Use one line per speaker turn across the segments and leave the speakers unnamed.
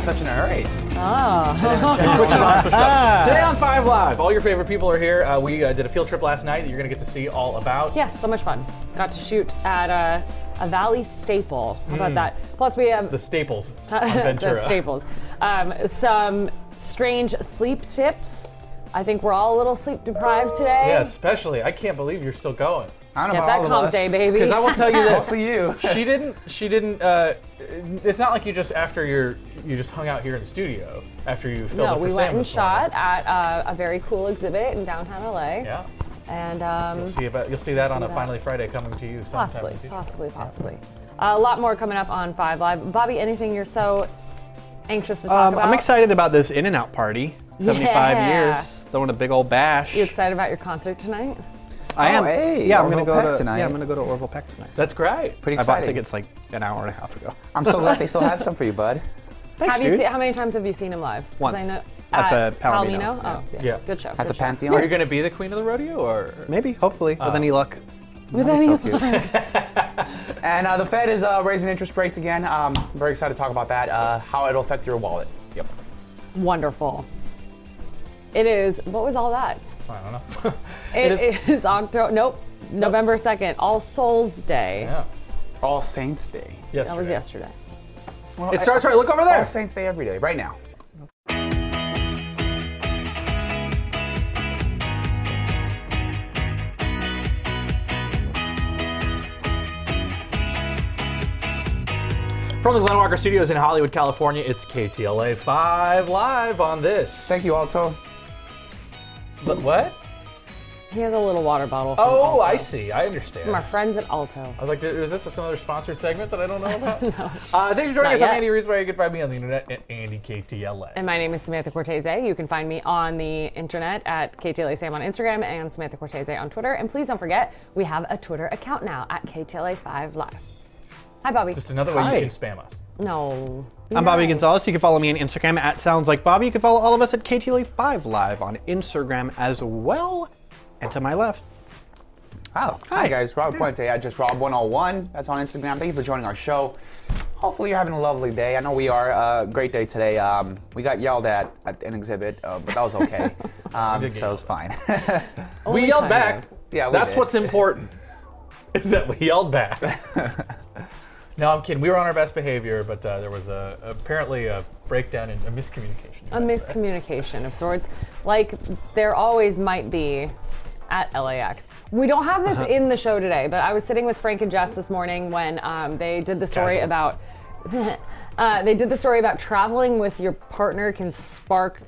such in a hurry?
Switch it on, switch it on. Uh, Today on Five Live, all your favorite people are here. Uh, we uh, did a field trip last night that you're going to get to see all about.
Yes, so much fun. Got to shoot at a, a Valley staple. How about that? Plus, we have
Hmm. The staples of Ventura.
the staples. Um, some strange sleep tips. I think we're all a little sleep deprived today.
Yeah, especially. I can't believe you're still going.
I don't know
Get
about
that
all
comp
of us.
day, baby.
Because I will tell you this.
Mostly you.
she didn't. She didn't. Uh, it's not like you just after your you just hung out here in the studio after you filmed.
No,
it for
we
Sam
went and
this morning.
shot at uh, a very cool exhibit in downtown LA.
Yeah.
And um,
See about you'll see that on a
that.
Finally Friday coming to you sometime. in
possibly,
the future.
possibly, possibly. a lot more coming up on Five Live. Bobby, anything you're so anxious to talk
Um,
about?
I'm excited about this In and Out party. 75
Yeah.
years. Throwing a big old bash.
You excited about your concert tonight?
I am.
Oh, hey,
yeah, I'm
Orville
gonna go
Peck
to,
tonight.
Yeah, I'm gonna go to Orville Peck tonight.
That's great.
Pretty
I bought
exciting.
tickets like an hour and a half ago.
I'm so glad they still had some for you, bud.
Thanks,
have you
dude.
seen? How many times have you seen him live? 'Cause
Once. At the Palomino,
Oh, yeah.
Yeah.
Good show.
At
good
the
show.
Pantheon.
Are you going to be the queen of the rodeo or?
Maybe, hopefully, with
Uh,
any luck.
With
That'd
any-
be so cute. and uh, the Fed is uh, raising interest rates again. Um, I'm very excited to talk about that. Uh, how it'll affect your wallet. Yep.
Wonderful. It is. What was all that?
I don't know.
it is, October. Nope. November second, All Souls Day.
yeah.
All Saints Day.
Yesterday.
That was yesterday.
Well,
It starts right. Look over there.
All Saints Day every day, right now.
From the Glenwalker Studios in Hollywood, California, it's KTLA 5 live on this.
Thank you, Alto.
But what?
He has a little water bottle. From
Oh,
Alto.
I see. I understand.
From our
I
friends at Alto.
was like, is this some other sponsored segment that I don't know about? no. Uh, thanks for joining
Not
us. I'm
yet.
Andy Reese, where you can find me on the internet at Andy KTLA.
And my name is Samantha Cortese. You can find me on the internet at KTLA Sam on Instagram and Samantha Cortese on Twitter. And please don't forget, we have a Twitter account now at KTLA5 Live. Hi, Bobby.
Just another way
Hi.
you can spam us.
No.
I'm Bobby
Nice.
Gonzalez. You can follow me on Instagram at Sounds Like Bobby. You can follow all of us at KTLA5 Live on Instagram as well. And to my left,
Oh, hi, guys. Rob Puente at just Rob101. That's on Instagram. Thank you for joining our show. Hopefully, you're having a lovely day. I know we are. Uh, great day today. Um, we got yelled at at an exhibit, uh, but that was okay. Um,
did get
so it was fine.
we yelled
kind
back.
of.
Yeah, we
That's
did.
what's important. Is that we yelled back. no, I'm kidding. We were on our best behavior, but uh, there was a, apparently a breakdown in a miscommunication.
A miscommunication of sorts, like there always might be at LAX. We don't have
Uh-huh.
this in the show today, but I was sitting with Frank and Jess this morning when um, they did the story
Casual.
about. uh, they did the story about traveling with your partner can spark,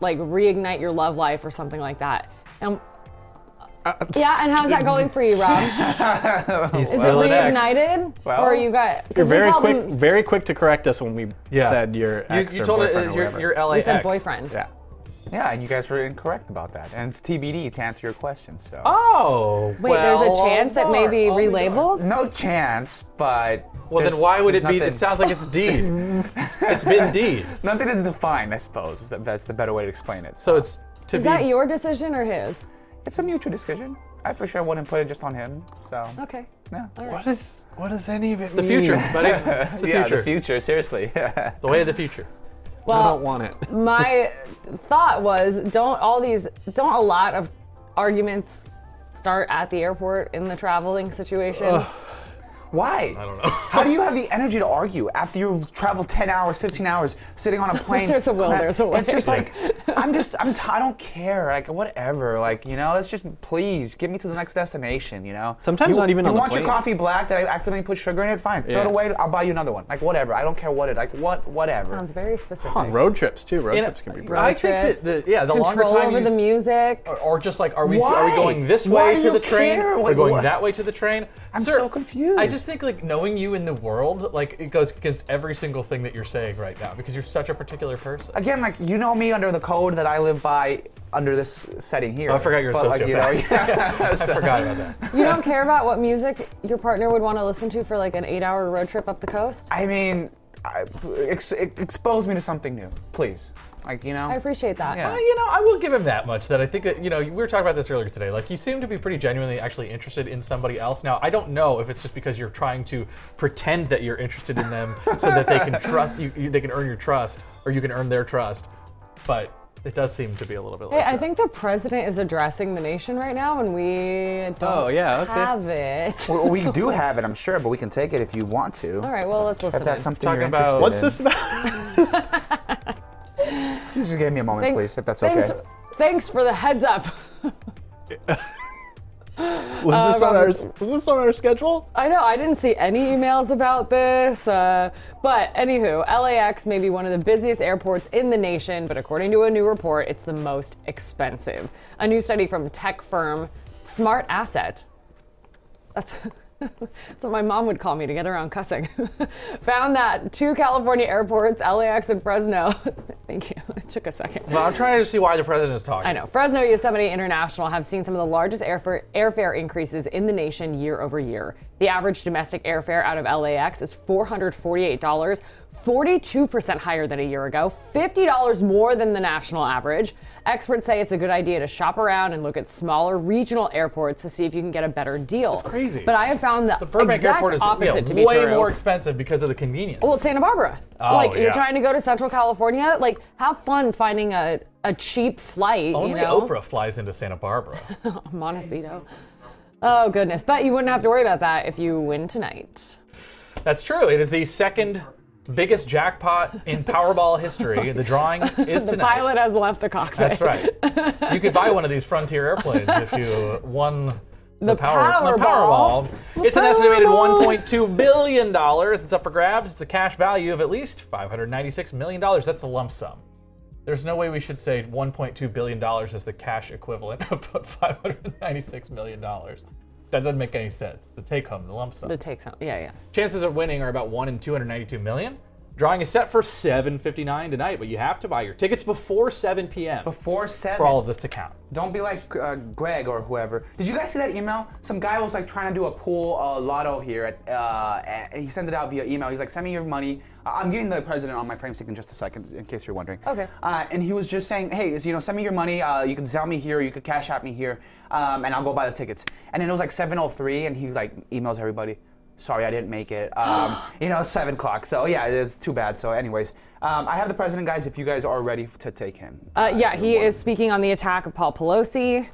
like reignite your love life or something like that. Um,
Uh,
yeah, and how's that going for you, Rob?
He's
Is it
still an ex.
reignited,
Well,
or you got?
you're
Because we
very
called
quick,
them-
very quick to correct us when we
Yeah.
said your
You,
ex
you
or
told it
boyfriend
uh,
or
your,
whatever.
your LA
we said
ex.
boyfriend.
yeah.
yeah, and you guys were incorrect about that. And it's TBD to answer your question. So
Oh.
Wait, there's a chance it may be relabeled.
no chance, but
Well,
there's-
then why would
there's
it be?
Nothing,
It sounds like it's deed. it's been deed.
nothing is defined. I suppose is that, that's the better way to explain it.
So it's to
Is
be.
that your decision or his?
It's a mutual decision. I for sure wouldn't put it just on him. So
Okay.
yeah.
What is what does any of it
the future, buddy. It's the
yeah,
future.
the future. Seriously.
The way of the future.
I
Well,
don't want it.
my thought was don't all these don't a lot of arguments start at the airport in the traveling situation
why?
I don't know.
How do you have the energy to argue after you've traveled 10 hours, 15 hours, sitting on a plane?
There's a will,
Crap.
there's a way.
It's just like, I'm just, I'm t- I don't care. Like, whatever. Like, you know, let's just, please, get me to the next destination, you know?
Sometimes
You-
not even
You
on the
want your
plane.
coffee black that I accidentally put sugar in it? Fine. Throw it
Yeah.
away. I'll buy you another one. Like, whatever. I don't care what it, like, what, whatever.
sounds very specific
Road trips too. Road
And
trips can be.
Road
I think
trips,
that the, yeah, the longer
control
time
over
you
the
s- Oh.
music
or just like are we are
Why?
we going this
Why
way
do
to
you
the train?
care?
We're
Like,
going
what-
that way to the train.
I'm
Sir,
so confused.
I just think like knowing you in the world, like it goes against every single thing that you're saying right now because you're such a particular person.
Again, like, you know me under the code that I live by under this setting here.
Oh, I forgot you're a
But, like, you know,
sociopath.
yeah.
I forgot about that.
you don't care about what music your partner would want to listen to for like an eight hour road trip up the coast
I mean, I, ex- expose me to something new, please. Like you know.
I appreciate that.
Yeah.
Uh, you know, I will give him that much. That I think that you know, we were talking about this earlier today. Like, you seem to be pretty genuinely actually interested in somebody else. Now, I don't know if it's just because you're trying to pretend that you're interested in them so that they can trust you, you they can earn your trust, or you can earn their trust. But it does seem to be a little bit.
Hey,
like
I
that.
think the president is addressing the nation right now, and we don't
Oh, yeah, okay.
have it.
Well, we do have it, I'm sure, but we can take it if you want to.
Oh, All right, well, let's listen.
If that's
in.
something
Talking
you're
about-
interested in.
What's this about?
You Just give me a moment,
Thank-
please, if that's okay.
thanks, thanks for the heads up.
Was, this on our,
Robert's-
was this on our schedule?
I know, I didn't see any emails about this. Uh, but anywho, LAX may be one of the busiest airports in the nation, but according to a new report, it's the most expensive. A new study from tech firm Smart Asset. That's. That's what my mom would call me to get around cussing. Found that two California airports, LAX and Fresno. Thank you. It took a second.
Well, I'm trying to see why the president is talking.
I know. Fresno Yosemite International have seen some of the largest airfare, airfare increases in the nation year over year. The average domestic airfare out of LAX is $448, 42% higher than a year ago, $50 more than the national average. Experts say it's a good idea to shop around and look at smaller regional airports to see if you can get a better deal. That's
crazy.
But I have found the,
Burbank
exact
Airport is
opposite
yeah,
to be
way
true.
more expensive because of the convenience.
Well, Santa Barbara.
Oh,
like
yeah.
you're trying to go to Central California, like have fun finding a, a cheap flight.
Only
you know?
Oprah flies into Santa Barbara.
Montecito. Oh goodness! But you wouldn't have to worry about that if you win tonight.
That's true. It is the second biggest jackpot in Powerball history. The drawing is
The
tonight.
pilot has left the cockpit.
That's right. You could buy one of these Frontier airplanes if you won the, Power, the
Powerball.
Powerball. It's an estimated 1.2 billion dollars. It's up for grabs. It's a cash value of at least 596 million dollars. That's the lump sum. There's no way we should say 1.2 billion dollars is the cash equivalent of 596 million dollars. That doesn't make any sense. The take home, the lump sum.
The takes home. Yeah, yeah.
Chances of winning are about 1 in 292 million. Drawing is set for 7:59 tonight, but you have to buy your tickets before 7 p.m.
Before seven.
for all of this to count.
Don't be like uh, Greg or whoever. Did you guys see that email? Some guy was like trying to do a pool uh, lotto here, at, uh, and he sent it out via email. He's like, "Send me your money." I- I'm getting the president on my frame stick in just a second, in case you're wondering.
Okay.
Uh, and he was just saying, "Hey, is- you know, send me your money. Uh, you can sell me here. You could cash out me here, um, and I'll go buy the tickets." And then it was like 7:03, and he like emails everybody. Sorry, I didn't make it. Um, you know, seven o'clock. So yeah, it's too bad. So, anyways, um, I have the president, guys. If you guys are ready f- to take him,
Uh, yeah, he is speaking on the attack of Paul Pelosi.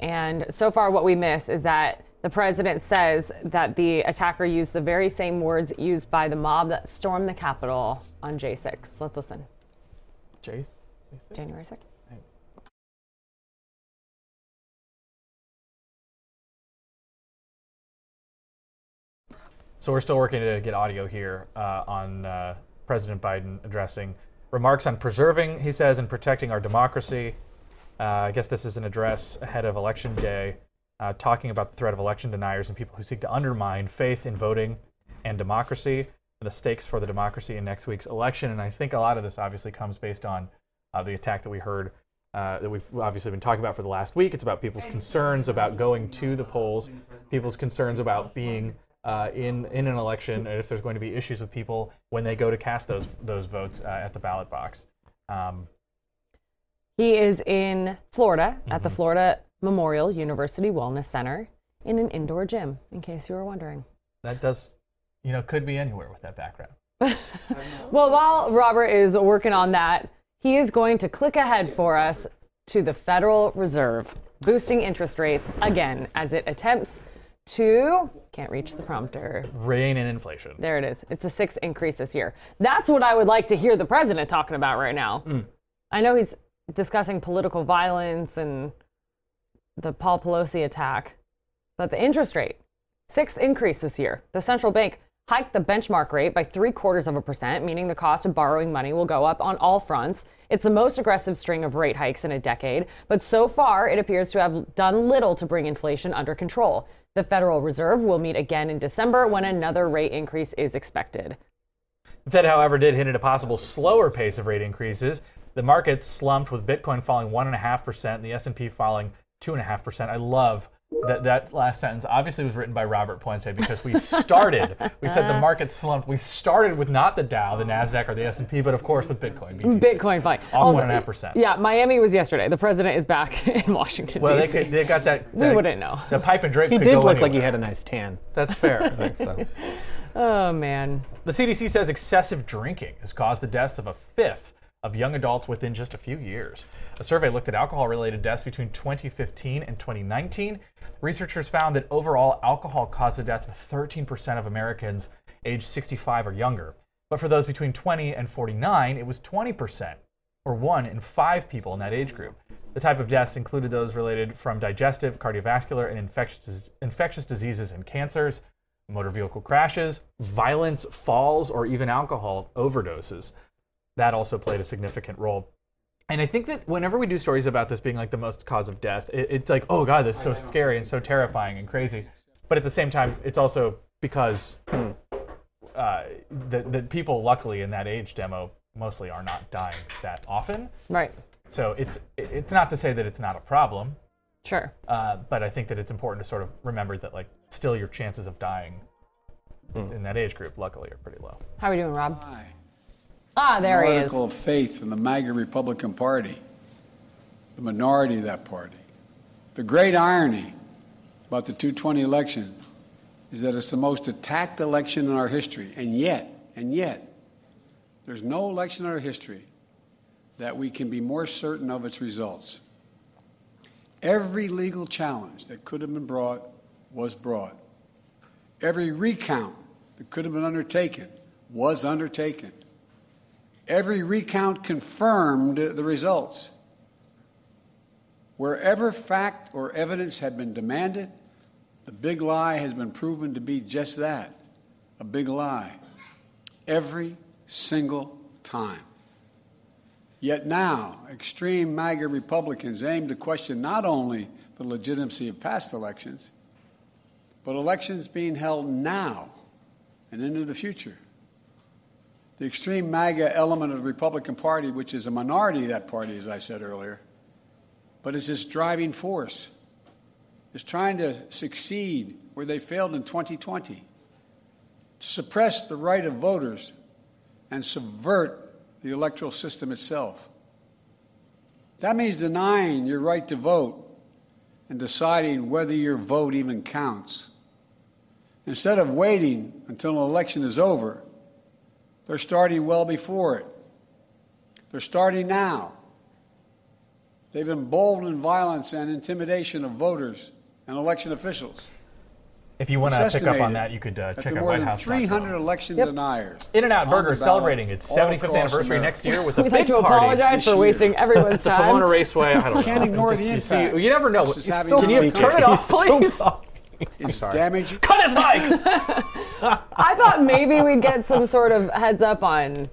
And so far, what we miss is that the president says that the attacker used the very same words used by the mob that stormed the Capitol on J6. Let's listen.
Jace?
January 6th.
So we're still working to get audio here uh, on uh, President Biden addressing remarks on preserving, he says, and protecting our democracy. Uh, I guess this is an address ahead of Election Day, uh, talking about the threat of election deniers and people who seek to undermine faith in voting and democracy, and the stakes for the democracy in next week's election. And I think a lot of this obviously comes based on uh, the attack that we heard uh, that we've obviously been talking about for the last week. It's about people's concerns about going to the polls, people's concerns about being uh, in in an election, and if there's going to be issues with people when they go to cast those those votes uh, at the ballot box. Um,
He is in Florida at
Mm-hmm.
the Florida Memorial University Wellness Center in an indoor gym, in case you were wondering.
that does, you know, could be anywhere with that background.
Well, while Robert is working on that, he is going to click ahead for us to the Federal Reserve, boosting interest rates again as it attempts to. Can't reach the prompter.
Rain and inflation.
There it is. It's a sixth increase this year. That's what I would like to hear the president talking about right now. I know he's discussing political violence and the Paul Pelosi attack, but the interest rate, sixth increase this year. The central bank hiked the benchmark rate by three quarters of a percent, meaning the cost of borrowing money will go up on all fronts. It's the most aggressive string of rate hikes in a decade, but so far it appears to have done little to bring inflation under control. The Federal Reserve will meet again in December when another rate increase is expected.
The Fed, however, did hint at a possible slower pace of rate increases. The markets slumped with Bitcoin falling 1.5%, the S&P falling 2.5%. I love That, that last sentence obviously was written by Robert Puente because we started, we said the market slumped. We started with not the Dow, the Nasdaq, or the S and P, but of course with Bitcoin. BTC.
Bitcoin fight.
Off one and a half percent.
Yeah, Miami was yesterday. The president is back in Washington
Well, they,
D.C.
could, they got that.
We
that-
wouldn't know.
The pipe and drape.
He
could
did
go
look like he
anywhere.
had a nice tan.
That's fair.
So.
oh man.
the CDC says excessive drinking has caused the deaths of a fifth of young adults within just a few years. A survey looked at alcohol-related deaths between 2015 and 2019. Researchers found that overall alcohol caused the death of 13% of Americans aged 65 or younger. But for those between 20 and 49, it was 20% or one in five people in that age group. The type of deaths included those related from digestive, cardiovascular, and infectious, infectious diseases and cancers, motor vehicle crashes, violence, falls, or even alcohol overdoses. That also played a significant role. And I think that whenever we do stories about this being like the most cause of death, it, it's like, oh God, that's so scary and so terrifying and crazy. But at the same time, it's also because uh, the, the people, luckily, in that age demo mostly are not dying that often.
Right.
So it's it- it's not to say that it's not a problem,
Sure.
uh, but I think that it's important to sort of remember that like still your chances of dying in that age group, luckily, are pretty low.
How are we doing, Rob?
Hi.
Ah, there he is.
article of faith in the MAGA Republican Party, the minority of that party. The great irony about the 220 election is that it's the most attacked election in our history, and yet, and yet, there's no election in our history that we can be more certain of its results. Every legal challenge that could have been brought was brought. Every recount that could have been undertaken was undertaken. Every recount confirmed the results. Wherever fact or evidence had been demanded, the big lie has been proven to be just that a big lie. Every single time. Yet now, extreme MAGA Republicans aim to question not only the legitimacy of past elections, but elections being held now and into the future. The extreme MAGA element of the Republican Party, which is a minority of that party, as I said earlier, but is this driving force, is trying to succeed where they failed in 2020, to suppress the right of voters and subvert the electoral system itself. That means denying your right to vote and deciding whether your vote even counts. Instead of waiting until an election is over, they're starting well before it. They're starting now. They've emboldened violence and intimidation of voters and election officials.
If you want
It's
to pick up on
estimated
that, you could uh,
that
check
there
out
are more
White
than
House.
300 election deniers.
In and Out
on the
Burger
ballot
celebrating its
all
75th
across
anniversary
America.
next year with a
We'd
big
like to
party.
apologize for
year.
wasting everyone's
The Pomona
time.
Raceway. I don't
Can't
know.
ignore the
You see-
impact.
you never know.
This is
Can
having on
you
the
turn it
country.
off, please?
I'm sorry.
Damage
Cut his mic.
I thought maybe we'd get some sort of heads up on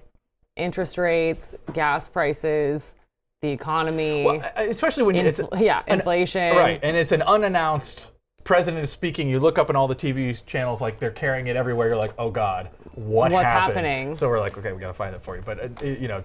interest rates, gas prices, the economy.
Well, uh, especially when it's
Infl- yeah,
an-
inflation.
right, and it's an unannounced president is speaking. You look up on all the TV channels, like they're carrying it everywhere. You're like, oh god, what
What's
happened?
happening?
So we're like, okay, we gotta find it for you. But uh, it- you know,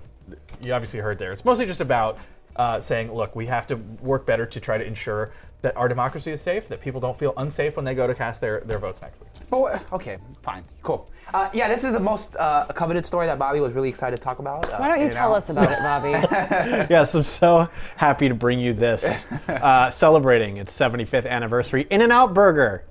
you obviously heard there. It's mostly just about uh, saying, look, we have to work better to try to ensure that our democracy is safe, that people don't feel unsafe when they go to cast their, their votes next week.
Oh, uh, okay, fine, cool. Uh, yeah, this is the most uh, coveted story that Bobby was really excited to talk about. Uh,
Why don't you
know.
tell us about it, Bobby?
Yes, I'm so happy to bring you this. Uh, celebrating its 75th anniversary, In N Out Burger.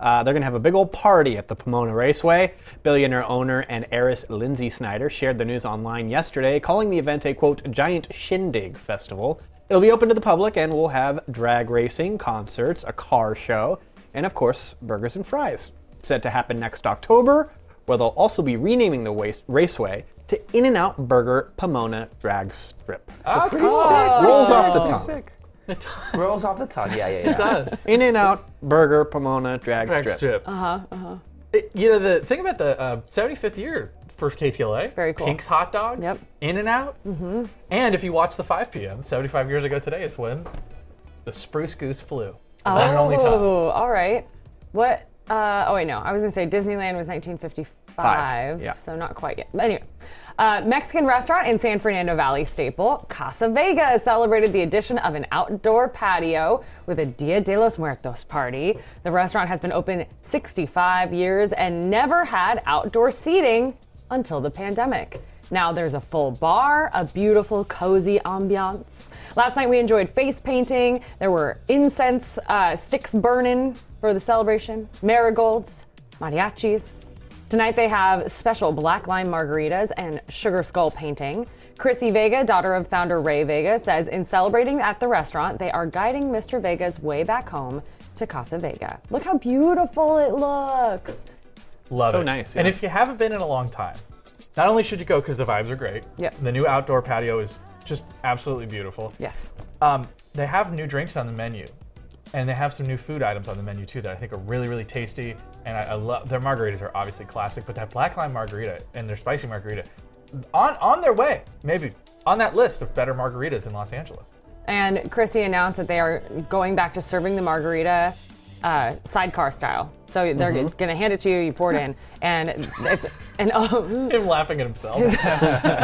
Uh, they're going to have a big old party at the Pomona Raceway. Billionaire owner and heiress Lindsay Snyder shared the news online yesterday, calling the event a quote, giant shindig festival. It'll be open to the public and will have drag racing, concerts, a car show, and of course, burgers and fries. Set to happen next October, where they'll also be renaming the waste- raceway to In N Out Burger Pomona Drag Strip.
That's
Pretty sick.
Rolls
pretty
off the
Oh, sick,
tongue.
Pretty sick. Rolls off the tongue. Yeah, yeah, yeah.
does.
In and Out Burger Pomona Drag
Drag
Strip.
strip. Uh huh. Uh
Uh-huh,
huh. you know the thing about the uh, 75th year for KTLA.
Very cool.
Pink's hot dogs.
Yep.
In and out. Mm-hmm. And if you watch the 5 p.m., 75 years ago today is when the spruce goose flew. The one and only time.
Oh, all right. What? Uh, oh wait, no. I was gonna say Disneyland was 1954. five.
yeah.
So not quite yet. But anyway, uh, Mexican restaurant and San Fernando Valley staple, Casa Vega, celebrated the addition of an outdoor patio with a Dia de los Muertos party. The restaurant has been open 65 years and never had outdoor seating until the pandemic. Now there's a full bar, a beautiful, cozy ambiance. Last night we enjoyed face painting. There were incense uh, sticks burning for the celebration, marigolds, mariachis. Tonight they have special black lime margaritas and sugar skull painting. Chrissy Vega, daughter of founder Ray Vega, says in celebrating at the restaurant, they are guiding Mr. Vega's way back home to Casa Vega. Look how beautiful it looks.
Love
So
it.
nice,
And
yeah.
if you haven't been in a long time, not only should you go because the vibes are great.
Yep.
The new outdoor patio is just absolutely beautiful.
Yes.
Um, they have new drinks on the menu, and they have some new food items on the menu too that I think are really, really tasty. And I, I love their margaritas are obviously classic, but that black lime margarita and their spicy margarita, on on their way maybe on that list of better margaritas in Los Angeles.
And Chrissy announced that they are going back to serving the margarita uh, sidecar style. So they're going to hand it to you, you pour it in. And it's an, oh, ode,
Him laughing at himself.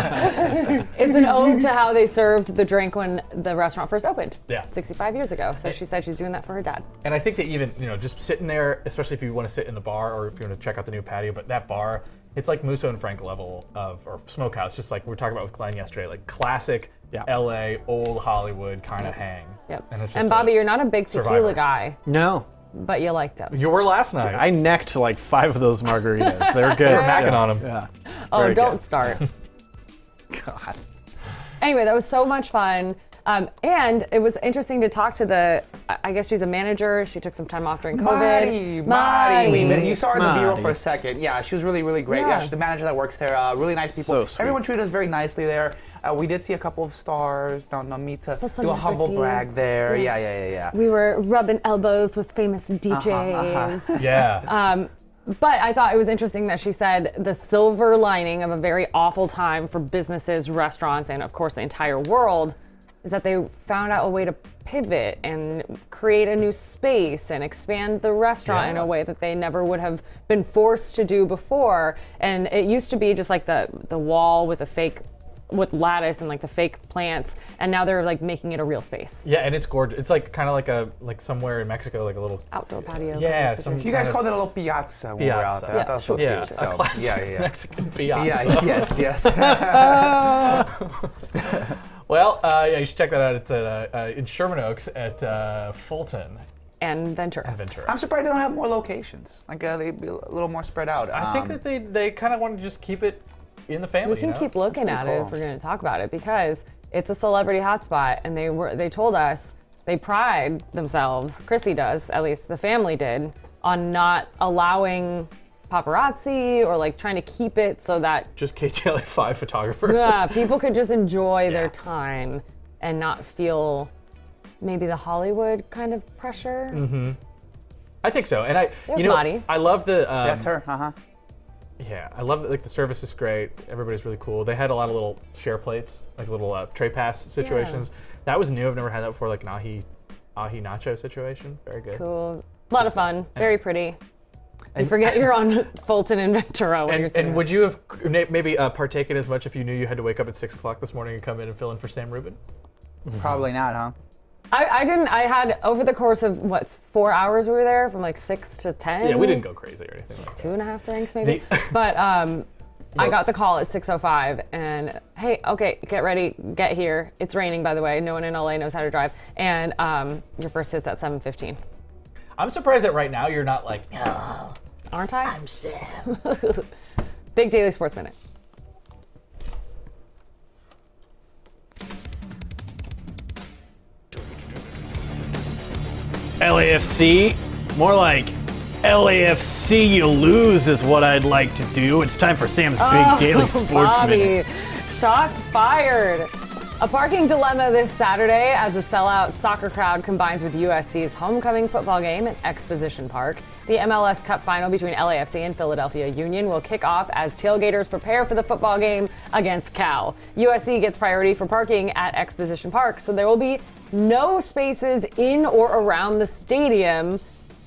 it's an ode to how they served the drink when the restaurant first opened
Yeah.
65 years ago. So she said she's doing that for her dad.
And I think that even you know just sitting there, especially if you want to sit in the bar or if you want to check out the new patio, but that bar, it's like Musso and Frank level of or smokehouse, just like we were talking about with Glenn yesterday, like classic
Yeah.
L.A. old Hollywood kind of hang.
Yep.
And, it's just
And Bobby,
a-
you're not a big tequila
survivor.
guy,
No,
but you liked it.
You were last night.
I necked like five of those margaritas. They're good.
were macking
Yeah.
on 'em.
Yeah.
Oh,
Very
don't
good.
start.
God.
anyway, that was so much fun. Um, and it was interesting to talk to the, I- I guess she's a manager. She took some time off during
Mari,
COVID.
Mari. We met-
Mari.
You saw her in the
Mari.
bureau for a second. Yeah, she was really, really great. Yeah,
Yeah.
she's the manager that works there. Uh, really nice people.
So sweet.
Everyone treated us very nicely there. Uh, we did see a couple of stars down on me to
The
do a humble brag
celebrities.
there.
Yes.
Yeah, yeah, yeah, yeah.
We were rubbing elbows with famous DJs.
Uh-huh, yeah.
Uh, But I thought it was interesting that she said the silver lining of a very awful time for businesses, restaurants, and of course the entire world is that they found out a way to pivot and create a new space and expand the restaurant in
Yeah.
a way that they never would have been forced to do before. And it used to be just like the the wall with a fake with lattice and like the fake plants and now they're like making it a real space.
yeah, and it's gorgeous. It's like kind of like a like somewhere in Mexico, like a little
Outdoor patio.
yeah.
kind of
Some
You guys
kind of-
called it a little piazza when we were out
Piazza.
there. I thought it was so
yeah,
cute.
a
So,
classic
yeah, yeah.
Mexican piazza.
Yeah, yes, yes.
Well, uh, yeah, you should check that out. It's at, uh, uh, in Sherman Oaks at uh, Fulton
and Ventura.
Ventura.
I'm surprised they don't have more locations. Like uh, they'd be a little more spread out.
I think
Um,
that they they kind of want to just keep it in the family.
We can
you know?
keep looking at it
cool.
if we're going to talk about it because it's a celebrity hotspot, and they were they told us they pride themselves. Chrissy does, at least the family did, on not allowing paparazzi or like trying to keep it so that
just KTLA five photographer.
yeah, people could just enjoy their
Yeah.
time and not feel maybe the Hollywood kind of pressure.
Mm-hmm. I think so, and I
There's
you know
Lottie.
I love the um,
that's her. Uh huh.
yeah I love that like the service is great. Everybody's really cool. They had a lot of little share plates, like little uh, tray pass situations. That was new. I've never had that before. Like an ahi ahi nacho situation. Very good.
Cool. A lot of fun. Very pretty. You forget you're on Fulton and Ventura when you're
And,
saying
and
that.
would you have c- na- maybe uh, partaken as much if you knew you had to wake up at six o'clock this morning and come in and fill in for Sam Rubin?
Probably not, huh?
I, I didn't. I had over the course of what four hours we were there, from like six to ten.
Yeah, we didn't go crazy or anything. Like that.
Two and a half drinks maybe.
The-
but um, I got the call at six oh five, and hey, okay, get ready, get here. It's raining, by the way. No one in LA knows how to drive, and um, your first hit's at seven fifteen.
I'm surprised that right now you're not like
Aren't I? I'm sick. Big daily sports minute.
LAFC? More like LAFC, you lose is what I'd like to do. It's time for Sam's Big Daily Sports
Oh, Bobby,
Minute.
shots fired. A parking dilemma this Saturday as a sellout soccer crowd combines with USC's homecoming football game at Exposition Park. The MLS Cup final between LAFC and Philadelphia Union will kick off as tailgaters prepare for the football game against Cal. USC gets priority for parking at Exposition Park, so there will be no spaces in or around the stadium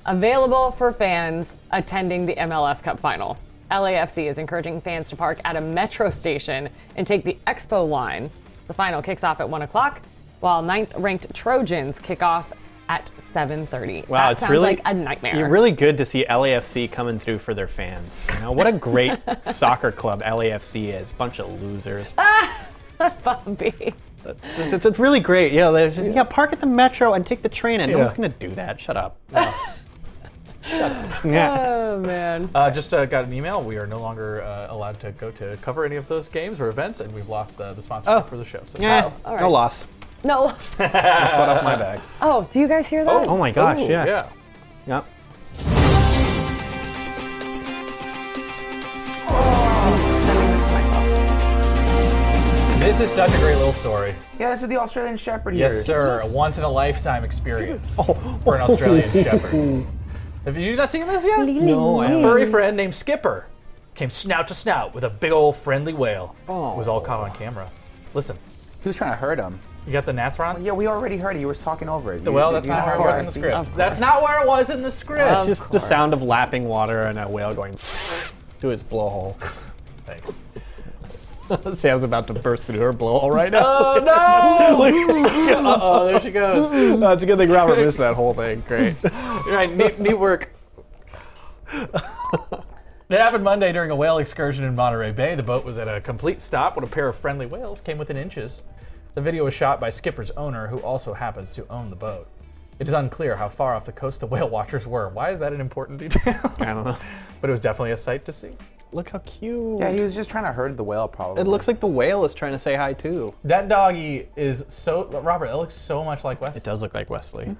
available for fans attending the MLS Cup final. LAFC is encouraging fans to park at a metro station and take the Expo line. The final kicks off at 1 o'clock, while ninth-ranked Trojans kick off at 7.30.
Wow,
that
it's
sounds
really
like a nightmare.
You're really good to see LAFC coming through for their fans. You know what a great soccer club LAFC is. Bunch of losers.
Bumpy.
It's, it's, it's really great. Yeah, they're just, yeah. Park at the metro and take the train in. No
Yeah.
one's gonna do that. Shut up. No. Shut up. Yeah.
Oh, man.
Uh, just uh, got an email. We are no longer uh, allowed to go to cover any of those games or events, and we've lost uh, the sponsorship for the show. So
Oh. Yeah.
all right.
No loss.
No.
I sweat off my bag.
Oh, do you guys hear that?
Oh my gosh.
Ooh,
yeah.
yeah.
Yep.
Sending this to myself.
This is such a great little story.
Yeah, this is the Australian Shepherd here.
Yes, sir. A once in a lifetime experience
Oh.
for an Australian Shepherd. Have you not seen this yet?
No, I
A
haven't.
furry friend named Skipper came snout to snout with a big old friendly whale.
Oh.
It was all caught on camera. Listen,
He was trying to hurt him.
you got the gnats, Ron?
Yeah, we already heard it. You was talking over it. You-
Well,
you-
that's
you
not
know
where it was
how
in
it
the
is.
script.
Of
That's
course.
not where it was in the script.
It's just the sound of lapping water and a whale going through his blowhole.
Thanks.
Sam's about to burst through her blowhole right now.
Oh no! uh oh, there she goes.
Uh, it's a good thing Robert missed that whole thing. Great.
All right, neat, neat work. It happened Monday during a whale excursion in Monterey Bay. The boat was at a complete stop when a pair of friendly whales came within inches. The video was shot by Skipper's owner, who also happens to own the boat. It is unclear how far off the coast the whale watchers were. Why is that an important detail?
I don't know.
but it was definitely a sight to see.
Look how cute.
Yeah, he was just trying to hurt the whale, probably.
it looks like the whale is trying to say hi too.
That doggy is so Robert. That looks so much like Wesley.
It does look like Wesley.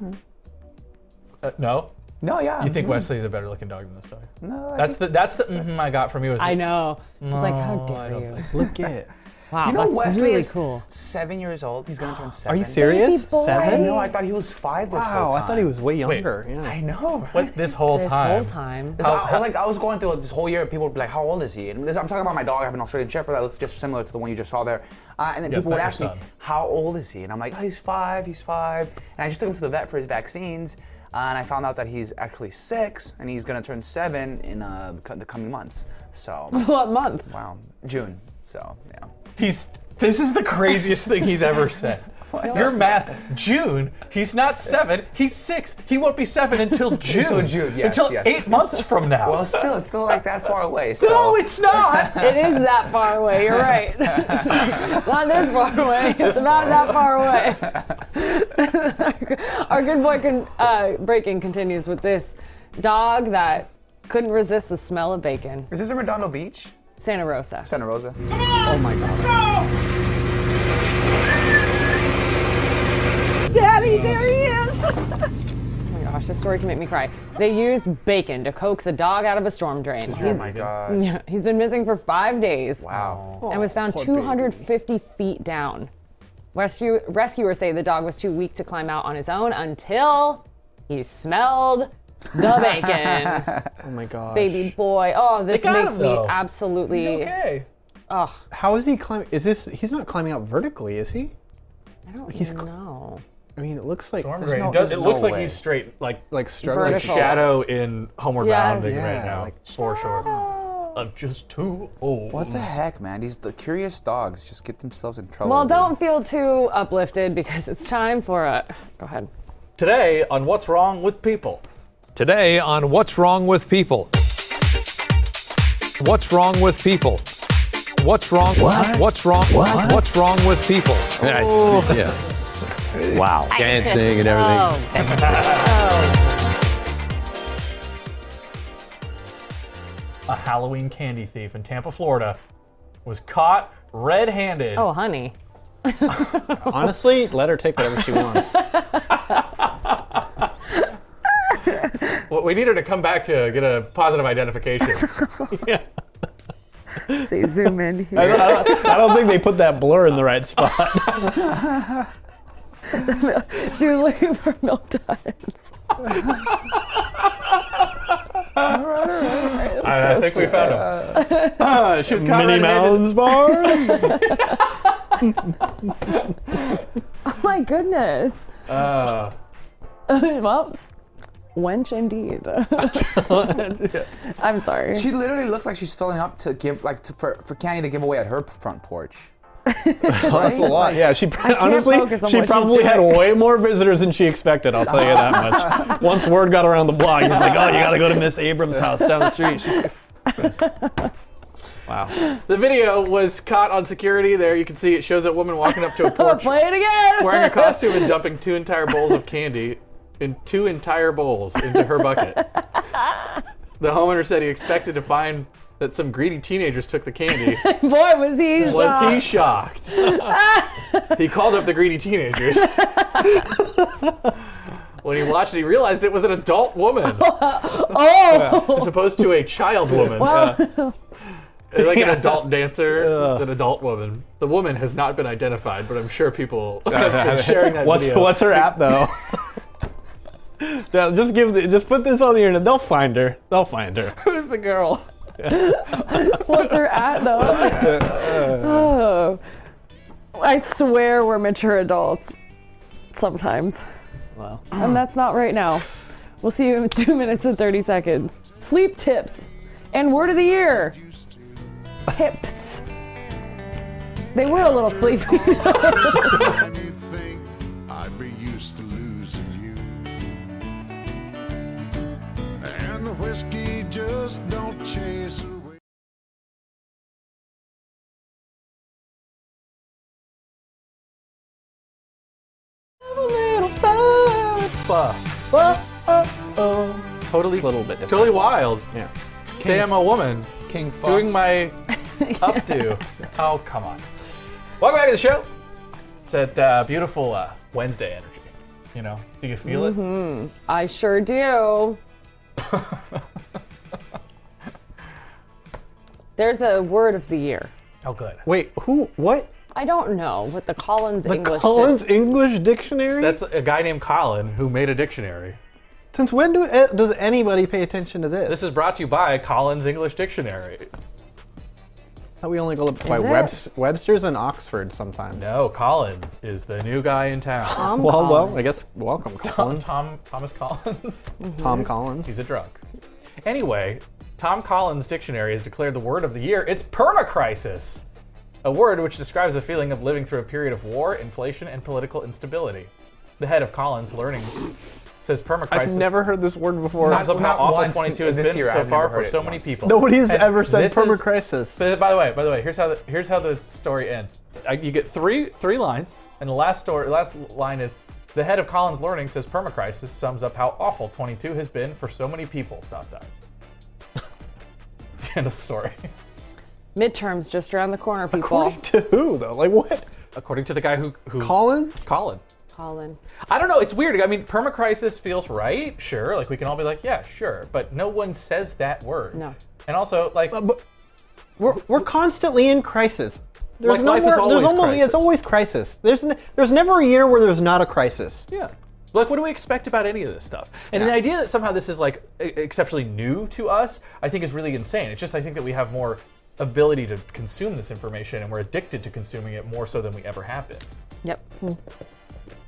Uh, no,
No, yeah.
you think Wesley is a better looking dog than this dog?
No, I
That's the that's the mhm I got from you. Was
I
like,
know. It's like, how dare
don't
you?
Look at it.
Wow,
You know,
that's
Wesley
really
is
cool.
seven years old. He's gonna turn
Are
seven.
you serious?
boy.
Seven?
No, I thought he was five this whole
Wow,
time.
I thought he was way younger.
I
yeah.
know. Right?
What this whole
This
time?
whole time.
So I- like I was going through this whole year, people would be like, "How old is he?" And this, I'm talking about my dog. I have an Australian Shepherd that looks just similar to the one you just saw there. Uh, and then
Yes,
people would
not
ask
your
me,
son.
"How old is he?" And I'm like, "Oh, he's five. He's five. And I just took him to the vet for his vaccines, uh, and I found out that he's actually six, and he's gonna turn seven in uh, co- the coming months. So
What month?
wow, June. So yeah.
He's this is the craziest thing he's ever said. Your math, June. He's not seven. He's six. He won't be seven until June.
Until June, yes,
Until
yes.
eight months from now.
Well, still, it's still like that far away. So.
no, it's not.
It is that far away. You're right. Not this far away. It's about that far away. Our good boy con- uh, breaking continues with this dog that couldn't resist the smell of bacon.
Is this in Redondo Beach,
Santa Rosa.
Santa Rosa?
Oh my god.
Daddy, there he is. oh my gosh, this story can make me cry. They used bacon to coax a dog out of a storm drain.
Oh
He's,
my God!
he's been missing for five days.
Wow.
and was found 250 feet down. Rescue, rescuers say the dog was too weak to climb out on his own until he smelled the bacon.
Oh my god.
Baby boy. Oh, this
got
makes
him,
me
though.
absolutely.
okay.
How is he climbing? Is this? He's not climbing out vertically, is he?
I don't
He's cl-
know.
I mean, it looks like
Storm
There's
drain.
no-
it does, it
there's
looks
no
like
way.
he's straight, like
like struggling.
Vertical.
shadow in Homeward
Yes.
Bound
Yeah,
right now,
like-
for sure. I'm just too old.
What the heck, man? These the curious dogs just get themselves in trouble.
Well,
dude.
don't feel too uplifted because it's time for a. Go ahead.
Today on What's Wrong with People. Today on What's Wrong with People. What's wrong with people? What's wrong? What? What's wrong? What? What's wrong with people?
Nice.
Oh.
Yeah. Wow. Dancing and everything.
Oh.
A Halloween candy thief in Tampa, Florida was caught red-handed.
oh, honey.
Honestly, let her take whatever she wants.
Well, we need her to come back to get a positive identification.
Say zoom in
I,
here.
don't, I don't- I don't think they put that blur in the right spot.
she was looking for milk duds.
I, I think we found him. Uh, she was caught
Minnie
red-handed.
Mouse bars.
My goodness.
Uh,
well,
wench indeed. I'm sorry.
She literally looks like she's filling up to give, like, to, for for Candy to give away at her p- front porch.
That's a lot. Yeah, she pr- honestly,
focus on
she
what she's
probably had
doing.
way more visitors than she expected. I'll tell you that much. Once word got around the block, it was like, "Oh, you got to go to Miss Abrams' house down the street." She's wow.
The video was caught on security. There, you can see it shows a woman walking up to a porch
Play it again.
wearing a costume and dumping two entire bowls of candy in two entire bowls into her bucket. The homeowner said he expected to find that some greedy teenagers took the candy.
Boy, was he
Was
shocked.
he shocked? he called up the greedy teenagers. when he watched it, he realized it was an adult woman
Oh,
as opposed to a child woman. Yeah. Like an adult dancer, an adult woman. The woman has not been identified, but I'm sure people are sharing that
What's
video.
what's her app though? Now, just give the, just put this on the internet. They'll find her. They'll find her.
Who's the girl?
what's her at though? oh. I swear we're mature adults sometimes.
Wow.
And that's not right now. We'll see you in two minutes and 30 seconds. Sleep tips and word of the year tips. They were a little sleepy.
you'd think I'd be used to losing you. And the whiskey just don't chase away.
Totally,
little bit different.
totally wild.
Yeah.
Say I'm a woman
King fuck.
doing my updo. Oh, come on. Welcome back to the show. It's that uh, beautiful uh, Wednesday energy. You know, do you feel it?
I sure do. There's a word of the year.
Oh, good.
Wait, who? What?
I don't know what the Collins
The
English.
Collins English Dictionary?
That's a guy named Colin who made a dictionary.
Since when do eh, does anybody pay attention to this?
This is brought to you by Collins English Dictionary.
I thought we only go up by
it?
Webster, Webster's and Oxford sometimes.
No, Oh, Colin is the new guy in town.
Tom
Well,
Collins.
well, I guess welcome, Colin.
Tom Thomas Collins.
Tom Collins.
He's a drunk. Anyway, Tom Collins' dictionary has declared the word of the year. It's permacrisis, a word which describes the feeling of living through a period of war, inflation, and political instability. The head of Collins Learning says permacrisis.
I've never heard this word before.
sums up how
Not
awful
once
22 has
this
been
year,
so
I've
far
never
for
heard it
so many
once.
people.
Nobody has
And
ever said
this is-
permacrisis.
By by the way, by the way, here's how the here's how the story ends. I, you get three three lines, and the last story last line is the head of Collins Learning says permacrisis sums up how awful 22 has been for so many people. Dot dot. it's the end of the story.
Midterms just around the corner, people.
According to who though? Like what?
According to the guy who who
Colin?
Colin.
Colin.
I don't know. It's weird. I mean, permacrisis feels right. Sure, like we can all be like, yeah, sure, but no one says that word.
No.
And also, like,
Uh, But we're, we're constantly in crisis. There's
Like, life is
there's
always
almost-
crisis.
It's always crisis. There's n- there's never a year where there's not a crisis.
Yeah. Like, what do we expect about any of this stuff? And the idea that somehow this is like e- exceptionally new to us, I think is really insane. It's just I think that we have more ability to consume this information, and we're addicted to consuming it more so than we ever have been.
Yep. Hmm.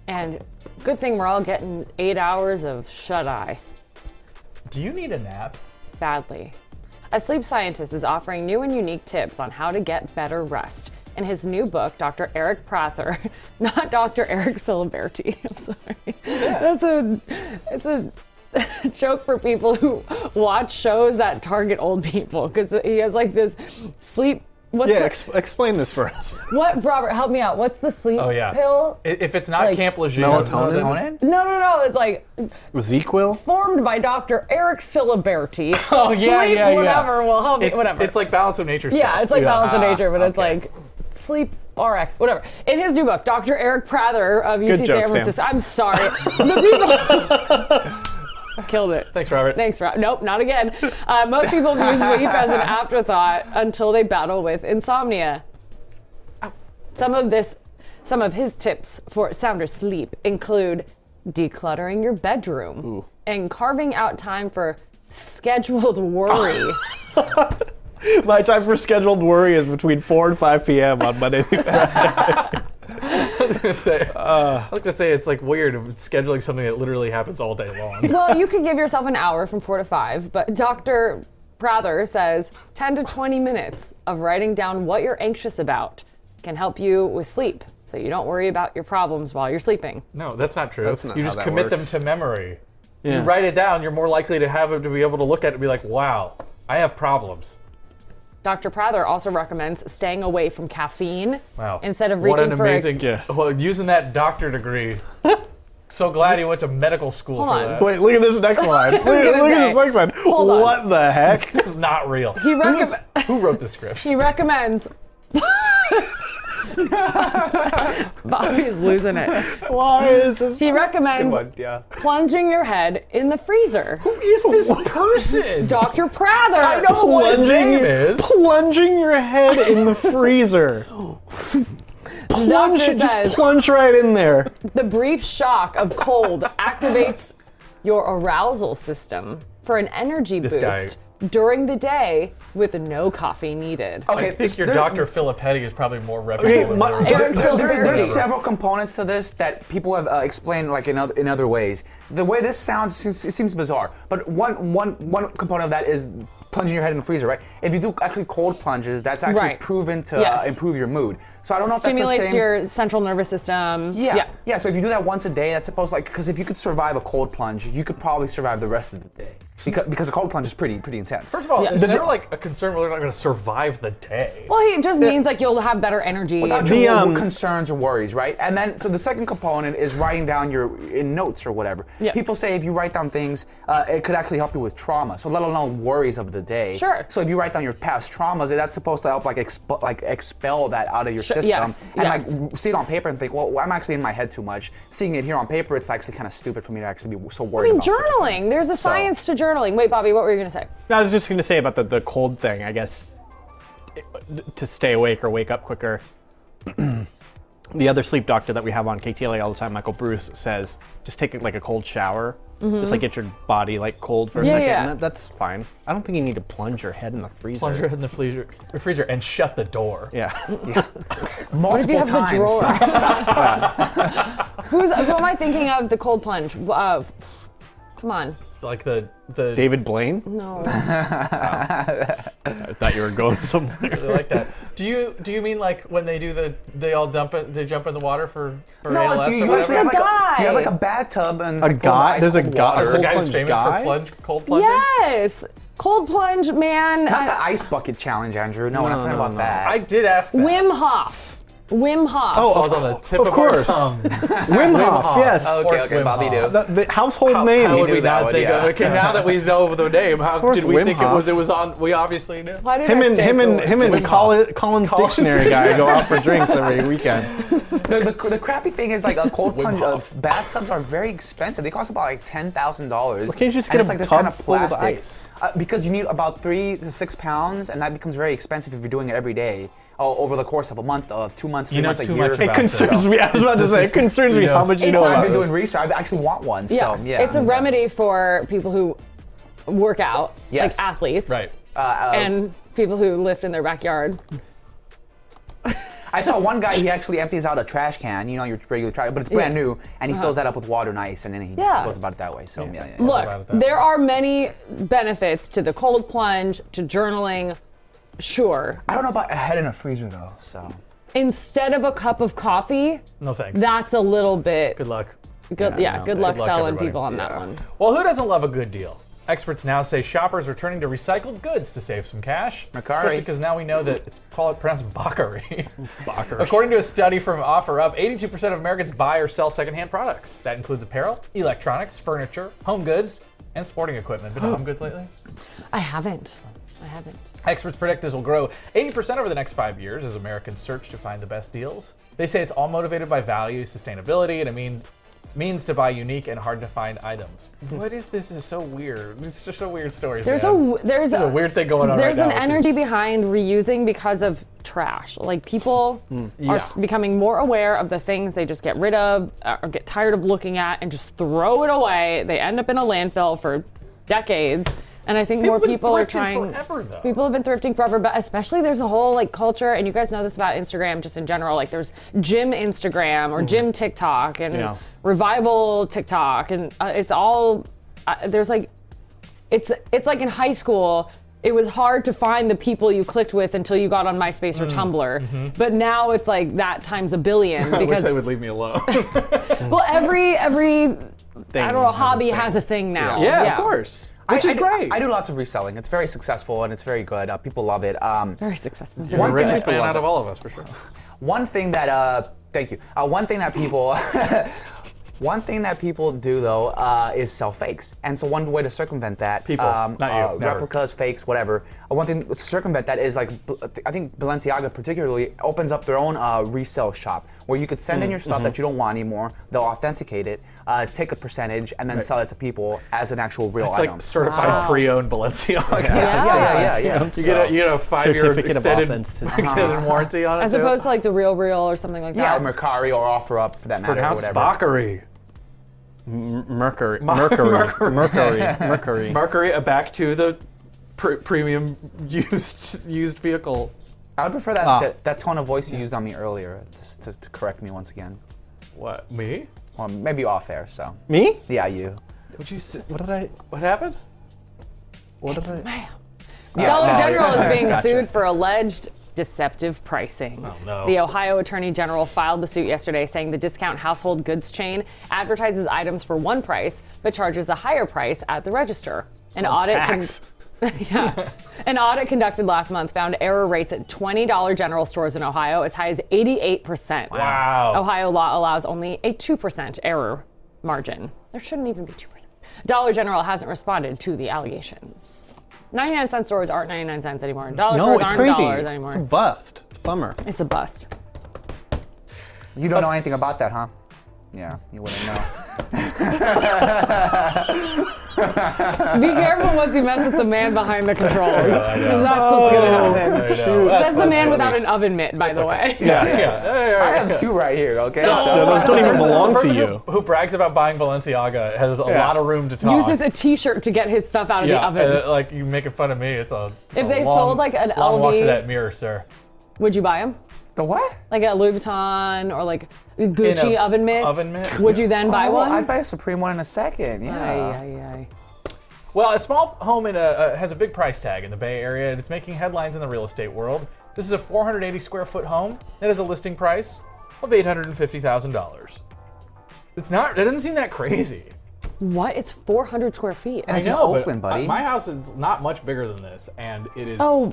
And good thing we're all getting eight hours of shut eye
Do you need a nap?
badly. A sleep scientist is offering new and unique tips on how to get better rest. In his new book, Dr. Eric Prather, not Dr. Eric Siliberti, I'm sorry. That's a it's a joke for people who watch shows that target old people because he has like this sleep what's
Yeah,
the-
ex- explain this for us.
what Robert help me out. What's the sleep
Oh yeah.
pill?
I- If it's not
Like-
Camp Lejeune,
Melatonin?
Melatonin?
No, no, no. It's like
Zequil?
formed by Dr. Eric Siliberti.
Oh, yeah,
sleep
yeah, yeah.
whatever will help
it's,
you, whatever.
It's like balance of nature.
yeah,
stuff.
it's like balance of
Ah,
nature, but it's
okay.
like sleep RX, whatever. In his new book, Dr. Eric Prather of UC San
joke, Sam.
Francisco. I'm sorry. the people killed it.
Thanks, Robert.
Thanks, Rob. Nope, not again. Uh, most people view sleep as an afterthought until they battle with insomnia. Some of this, some of his tips for sounder sleep include decluttering your bedroom and carving out time for scheduled worry.
My time for scheduled worry is between 4 and 5 p.m. on Monday.
was gonna say. I was gonna say it's like weird scheduling something that literally happens all day long.
well, you could give yourself an hour from four to five, but Dr. Prather says 10 to 20 minutes of writing down what you're anxious about can help you with sleep so you don't worry about your problems while you're sleeping.
No, that's not true.
That's not
you
how
just
that
commit
works.
them to memory.
Yeah.
You write it down. You're more likely to have it to be able to look at it and be like, "Wow, I have problems."
Dr. Prather also recommends staying away from caffeine
Wow.
instead of
what
reaching
an
for
amazing.
Yeah.
Well, using that doctor degree. so glad he went to medical school
Hold
for
on.
that.
Wait, look at this next one. Look,
gonna
look
say,
at this next one.
hold on.
What the heck?
This is not real.
a, he, recom-
Who wrote the script?
he recommends
Bobby is losing it.
Why is this?
he recommends
But yeah.
plunging your head in the freezer.
Who is this person?
Dr. Prather.
I know what his name is.
Plunging your head in the freezer.
Doctor
Plunge,
says-
just plunge right in there.
The brief shock of cold activates your arousal system for an energy
guy-
boost during the day with no coffee needed.
Okay,
I think your
there's-
Dr. Philippetti is probably more reputable. than
my-
Dr.
There,
Eric
there- there-
Silver.
there's several components to this that people have uh, explained like in other, in other ways. The way this sounds seems- it seems bizarre, but one one one component of that is plunging your head in the freezer, right? If you do actually cold plunges, that's actually
Right.
proven to
Yes.
uh, improve your mood. So I don't know if that's the
Stimulates
same.
your central nervous system.
yeah. yeah, So if you do that once a day, that's supposed to, like because if you could survive a cold plunge, you could probably survive the rest of the day because, because a cold plunge is pretty pretty intense.
First of all,
Yeah.
is there like a concern whether or not going to survive the day?
Well, he- it just means like you'll have better energy.
Without
The,
your
um,
concerns or worries, right? And then, so the second component is writing down your in notes or whatever.
Yeah.
People say if you write down things, uh, it could actually help you with trauma. So let alone worries of the day.
Sure.
So if you write down your past traumas, that's supposed to help like exp- like expel that out of your
Sure,
system
yes,
and
yes.
like w- see it on paper and think, well, I'm actually in my head too much. Seeing it here on paper, it's actually kind of stupid for me to actually be so
I
worried.
mean,
about such a thing.
journaling. There's a
So-
science to journaling. Wait, Bobby, what were you going to say?
I was just going to say about the, the cold thing, I guess, to stay awake or wake up quicker. the other sleep doctor that we have on KTLA all the time, Michael Bruce, says just take like a cold shower. Just like get your body like cold for a
Mm-hmm. Yeah,
second.
yeah.
And that- that's fine. I don't think you need to plunge your head in the freezer.
Plunge your head in the freezer, freezer and shut the door.
Yeah.
What if you
multiple
have
times.
the drawer? Who's, who am I thinking of? The cold plunge. Uh, come on.
Like the the
David Blaine?
No.
I thought you were going somewhere.
they like that. Do you do you mean like when they do the they all dump it they jump in the water for, for
No,
ALS
it's, you,
or
you actually
whatever?
have like a, you have like
guy.
a bathtub and it's,
A
like, full of
guy-
ice
there's a
cold
guy-
water.
There's a
cold
guy who's
plunge
famous
guy?
for plunge cold plunging.
yes. Cold plunge, man.
Not
I-
the ice bucket challenge, Andrew. No, we're not talking
no,
about
no.
that.
I did ask. That. Oh,
Wim Hof. Wim Hof.
Oh,
I was on the tip of,
of course.
our tongue.
Wim Hof, yes.
Of course Wim Hof.
The, the household name.
How would we
knew that
not
one,
think
yeah.
of it? Okay, now that we know the name, how
course
did we
Wim
think
Hof.
it was? It was on. We obviously knew.
Why did
him
I
and
stay
him and
for
him
it?
and Colin, Colin's
Colin's
dictionary guy go out for drinks every weekend.
The, the, the crappy thing is like a cold
Wim
plunge
Hof.
of bathtubs are very expensive. They cost about like ten thousand dollars.
can't you just
and
get
it's
a
like this
tub
kind of
full of
plastic?
ice?
Uh, because you need about three to six pounds, and that becomes very expensive if you're doing it every day oh, over the course of a month, of two months, three
know
months, a
too
year.
much
It
about
concerns
this.
me. I was about to
This
say
is-
it concerns me
who
how
knows?
much you
It's
know
on-
I've
about
been
it.
doing research. I actually want one.
Yeah.
So yeah.
It's a remedy for people who work out,
Yes.
like athletes,
Right.
Uh, uh,
and people who lift in their backyard.
I saw one guy. He actually empties out a trash can. You know, your regular trash, but it's brand
Yeah.
new, and he fills that up with water and ice, and then he
Yeah.
goes about it that way. So yeah. yeah, yeah.
about it
Look,
that
there
way.
are many benefits to the cold plunge, to journaling. Sure.
I don't know about a head in a freezer though. So.
Instead of a cup of coffee,
No thanks.
that's a little bit
Good luck.
good. Yeah,
no,
good
good
luck
luck,
selling
everybody.
people on that one.
Well, who doesn't love a good deal? Experts now say shoppers are turning to recycled goods to save some cash.
Macari.
because now we know that it's called, pronounced Bacari. Bacari. According to a study from OfferUp, 82% of Americans buy or sell secondhand products. That includes apparel, electronics, furniture, home goods, and sporting equipment. Been to home goods lately?
I haven't. I haven't.
Experts predict this will grow 80% over the next five years as Americans search to find the best deals. They say it's all motivated by value, sustainability, and a mean, means to buy unique and hard to find items. What is this? Is so weird. It's just a weird story.
Mm-hmm. There's
man.
a w- there's,
There's a weird thing going on right
There's
now
an
with this.
energy behind reusing because of trash. Like people are s-
Hmm. Yeah.
becoming more aware of the things they just get rid of uh, or get tired of looking at and just throw it away. They end up in a landfill for decades. And I think more
been
people are
thrifting
trying.
forever, though.
People have been thrifting forever, but especially there's a whole like culture, and you guys know this about Instagram just in general. Like there's gym Instagram
Mm-hmm.
or gym TikTok and
Yeah.
revival TikTok, and uh, it's all uh, there's like it's it's like in high school. It was hard to find the people you clicked with until you got on MySpace
Mm.
or Tumblr, but now it's like that times a billion
Mm-hmm. I wish
because
they would leave me alone.
well every every I don't know
has a
hobby
thing.
has a thing now.
yeah, of course. Which
I,
is
I do-
great.
I do lots of reselling. It's very successful and it's very good. Uh, people love it. Um,
Very successful.
one thing
Richest
that-
man out of all of us, for sure.
Oh,
One thing that uh, thank you. Uh, one thing that people. One thing that people do though uh, is sell fakes, and so one way to circumvent that
People, not you,
uh,
never.
replicas, fakes, whatever. Uh, one thing to circumvent that is like B- I think Balenciaga particularly opens up their own uh, resale shop where you could
Mm,
send in your stuff
mm-hmm.
that you don't want anymore. They'll authenticate it, uh, take a percentage, and then sell it to people as an actual real
It's
item.
like certified pre-owned Balenciaga.
yeah, yeah, yeah, yeah.
You get a you get a five-year
Certificate of
extended,
offense to-
extended warranty on it.
Uh-huh. As
too.
opposed to like the real real or something like
yeah,
that.
or Mercari or OfferUp for that matter.
pronounced
whatever.
Bakary.
Mercury, Mercury, Mercury, Mercury.
Mercury uh, back to the pr- premium used used vehicle.
I would prefer that,
Ah.
that that tone of voice you used on me earlier to, to, to correct me once again.
What me?
Well, maybe off air, so.
Me?
Yeah, you.
Would you? s- What did I? What happened? What did I?
Dollar
Oh,
General
yeah.
is being
Gotcha.
sued for alleged deceptive pricing.
Oh, no.
The Ohio Attorney General filed the suit yesterday saying the discount household goods chain advertises items for one price but charges a higher price at the register. An audit con-
Tax.
yeah. An audit conducted last month found error rates at $20 general stores in Ohio as high as 88%.
Wow.
Ohio law allows only a 2% error margin. There shouldn't even be 2%. Dollar General hasn't responded to the allegations. 99 cent stores aren't 99 cents anymore. and Dollar
No,
stores
it's
aren't
crazy.
dollars anymore.
It's a bust. It's a bummer.
It's a bust.
You don't know anything about that, huh? Yeah, you wouldn't know.
Be careful once you mess with the man behind the controls. Because that's what's going to
Oh.
happen.
I know.
Says the man without an oven mitt, by the way.
Yeah, Oh, yeah. Hey,
I
hey, hey.
have two right here, okay?
Yeah, those don't even
The person-
belong
the
to
person
you.
Who, who brags about buying Balenciaga has a lot of room to talk.
Uses a T-shirt to get his stuff out of
yeah,
the oven.
uh, like you making fun of me. It's a. it's
If
a
they
long-
sold, like, an
long walk
LV
to that mirror, sir.
Would you buy him?
the what?
Like a Louis Vuitton or like Gucci oven mitts?
oven mitt?
Would you then buy
Oh,
one?
I'd buy a Supreme one in a second, yeah.
Ay, ay, ay.
Well, a small home in a, uh, has a big price tag in the Bay Area, and it's making headlines in the real estate world. This is a 480 square foot home that has a listing price of $850,000. It's not. That doesn't seem that crazy.
What? It's 400 square feet.
It's
I
in
know, but,
Oakland,
uh,
buddy.
my house is not much bigger than this, and it is.
Oh,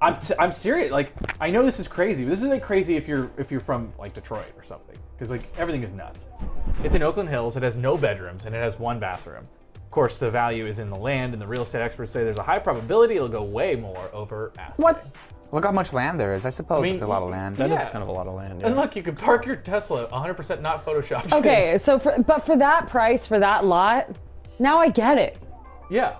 I'm, s- I'm serious. Like, I know this is crazy. But this is like crazy if you're if you're from like Detroit or something, because like everything is nuts. It's in Oakland Hills. It has no bedrooms and it has one bathroom. Of course, the value is in the land, and the real estate experts say there's a high probability it'll go way more over asking.
What? Look how much land there is. I suppose
mean,
it's a lot of land.
That is
Yeah.
kind of a lot of land. yeah.
And look, you could park your Tesla 100% not photoshopped. in.
okay. So, for, but for that price, for that lot, now I get it.
Yeah.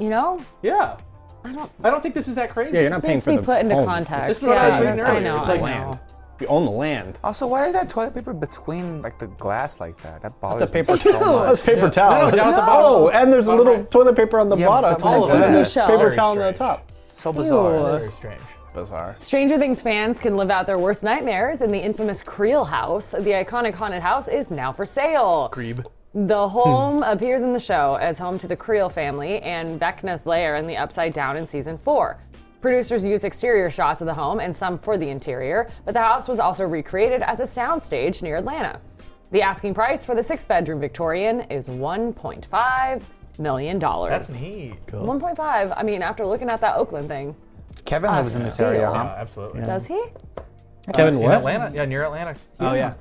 You know?
Yeah.
I don't.
I don't think this is that crazy.
Yeah, you're not
This
paying
needs
for
to
the
be put into
home.
context.
This is what I was
yeah,
reading
that's-
earlier.
I know.
It's like
I know.
land. You own the land.
Also, why is that toilet paper between like the glass like that? That bothers
That's a paper
me so
towel.
much.
That's paper towel.
No, no, down at the bottom.
Oh, and there's a
Bottom
little
right.
toilet paper on the
Yeah,
bottom.
that's what
All of
and
that.
there's
Eggshell.
paper
Very
towel on the
strange.
top.
So bizarre.
Very strange.
Bizarre.
Stranger Things fans can live out their worst nightmares in the infamous Creel House. The iconic haunted house is now for sale.
Grebe. Hmm.
The home appears in the show as home to the Creel family and Vecna's lair in the Upside Down in season four. Producers used exterior shots of the home and some for the interior, but the house was also recreated as a soundstage near Atlanta. The asking price for the six bedroom Victorian is $1.5 million.
That's neat.
1.5. I mean, after looking at that Oakland thing,
Kevin lives in this
steal.
area,
Yeah,
huh?
Uh, absolutely.
does he?
Kevin,
In Atlanta? Yeah, near Atlanta.
Oh yeah.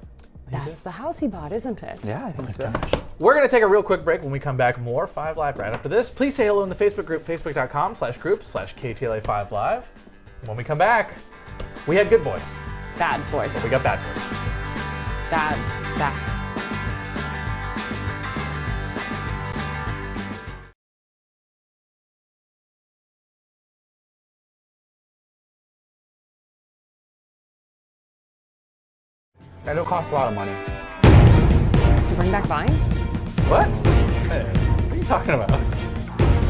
That's the house he bought, isn't it?
Yeah, I think so.
We're going to take a real quick break. When we come back, more 5 Live right after this. Please say hello in the Facebook group, facebook.com slash group slash KTLA5 Live. When we come back, we had good boys.
Bad boys.
We got bad boys.
Bad, bad.
That'll cost a lot of money.
To bring back Vine?
What? talking about?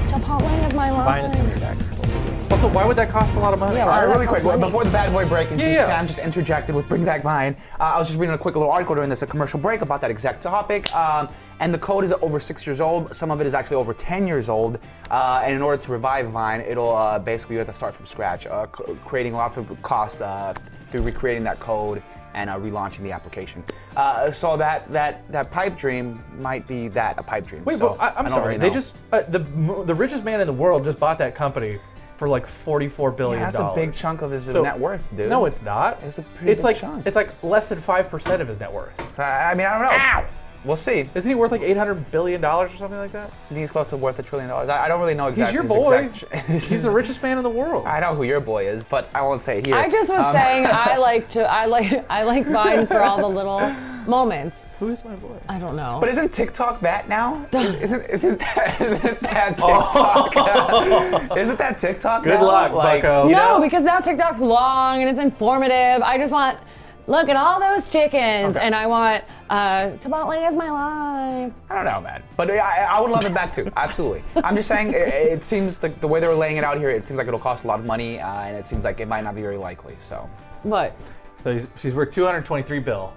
Chipotle is my love.
Mine is
name.
computer tax.
Also, why would Oh, that cost a lot of money?
Yeah,
All
why
right,
would
really
that
quick,
cost money?
before the bad boy break, and
Yeah,
since
yeah.
Sam just interjected with Bring Back Mine, uh, I was just reading a quick little article during this, a commercial break about that exact topic. Um, and the code is over six years old. Some of it is actually over 10 years old. Uh, and in order to revive Vine, it'll uh, basically you have to start from scratch, uh, c- creating lots of cost uh, through recreating that code and uh, relaunching the application. Uh, so that, that that pipe dream might be that a pipe dream.
Wait,
so
well, I, I'm
don't
sorry.
really
They
know.
just uh, the m- the richest man in the world just bought that company for like 44 billion.
that's a big chunk of his net worth, dude.
No, it's not.
It's a pretty
It's
big
like
chunk.
it's like less than five percent of his net worth.
So, I I mean, I don't know. We'll see.
Isn't he worth like 800 billion dollars or something like that?
I think he's close to worth a trillion dollars. I, I don't really know exactly.
He's your
his
boy.
exact-
He's the richest man in the world.
I know who your boy is, but I won't say it here.
I just was
Um,
saying I like to I like I like Vine for all the little moments.
Who is my boy?
I don't know.
But isn't TikTok that now? Isn't isn't that isn't that TikTok? now? isn't that TikTok?
Oh. Good
now?
luck,
Like,
Bucko.
no, because now TikTok's long and it's informative. I just want look at all those chickens,
Okay.
and I want uh, Chipotle is my life.
I don't know, man. But I, I would love it back too. Absolutely. I'm just saying, it, it seems like the way they were laying it out here, it seems like it'll cost a lot of money, uh, and it seems like it might not be very likely. So,
What?
So he's, she's worth 223 bill.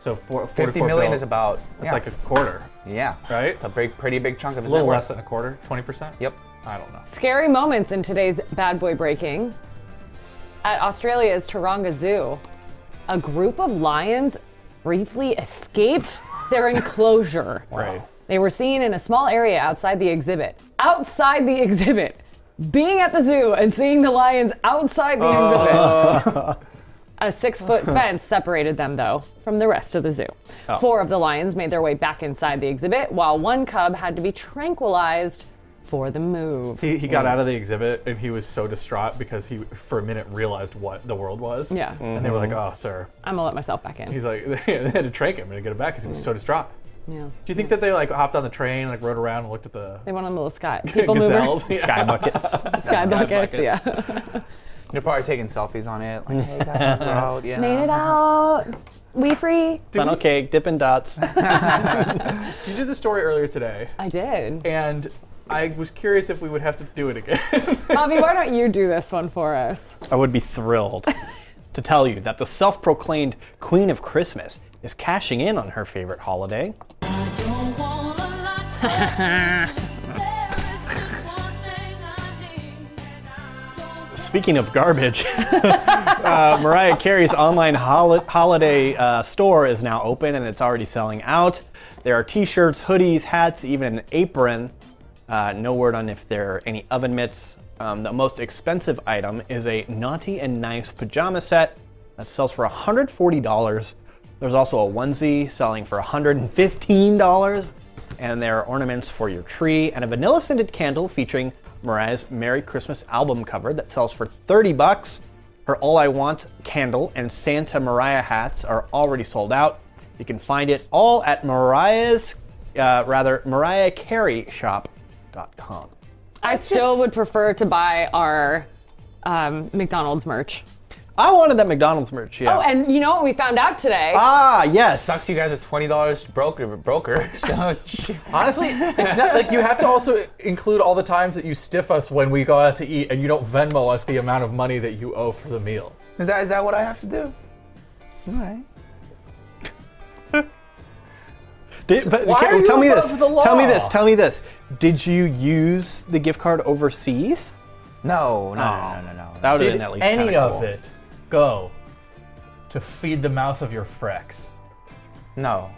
So four,
50
44
million
bill.
is about
That's
yeah,
like a quarter.
yeah,
right?
It's a big, pretty big chunk
A
of his
little
net worth.
less than a quarter, 20%?
Yep.
I don't know.
Scary moments in today's bad boy breaking. At Australia's Taronga Zoo, a group of lions briefly escaped their enclosure.
Right.
They were seen in a small area outside the exhibit. Outside the exhibit. Being at the zoo and seeing the lions outside the exhibit. A six foot fence separated them, though, from the rest of the zoo. Four of the lions made their way back inside the exhibit, while one cub had to be tranquilized for the move.
He, he got out of the exhibit and he was so distraught because he, for a minute, realized what the world was.
Yeah.
And they were like, oh, sir.
I'm gonna let myself back in.
He's like, they had to trank him and get him back because he was so distraught.
yeah.
Do you think that they like hopped on the train, like rode around and looked at the
They want a little sky. People mover.
gazelles? Yeah.
Sky buckets.
Sky buckets,
buckets.
yeah.
They're probably taking selfies on it. Like, hey guys, we're out. Yeah.
Made it out. We free.
Funnel cake, dipping dots.
You did the story earlier today,
I did.
and I was curious if we would have to do it again.
Bobby, why don't you do this one for us?
I would be thrilled to tell you that the self proclaimed Queen of Christmas is cashing in on her favorite holiday. Speaking of garbage, uh, Mariah Carey's online hol- holiday uh, store is now open and it's already selling out. There are t shirts, hoodies, hats, even an apron. Uh, no word on if there are any oven mitts. Um, the most expensive item is a naughty and nice pajama set that sells for $140. There's also a onesie selling for $115. And there are ornaments for your tree and a vanilla scented candle featuring Mariah's Merry Christmas album cover that sells for 30 bucks. Her All I Want candle and Santa Mariah hats are already sold out. You can find it all at Mariah's, uh, rather, MariahCareyShop.com.
I still would prefer to buy our um, McDonald's merch.
I wanted that McDonald's merch, yeah.
Oh, and you know what we found out today?
ah, yes.
Sucks you guys are twenty dollars broker broker. So
Honestly, it's not like you have to also include all the times that you stiff us when we go out to eat and you don't Venmo us the amount of money that you owe for the meal.
is that is that what I have to do? All right.
Did- but,
Why
okay,
are you
tell me
above
this.
the law?
Tell me this. Tell me this. Did you use the gift card overseas?
No, no,
Oh.
no, no, no, no.
That would have
Did
been at least
any
kinda
of
cool.
it go to feed the mouth of your frex?
no.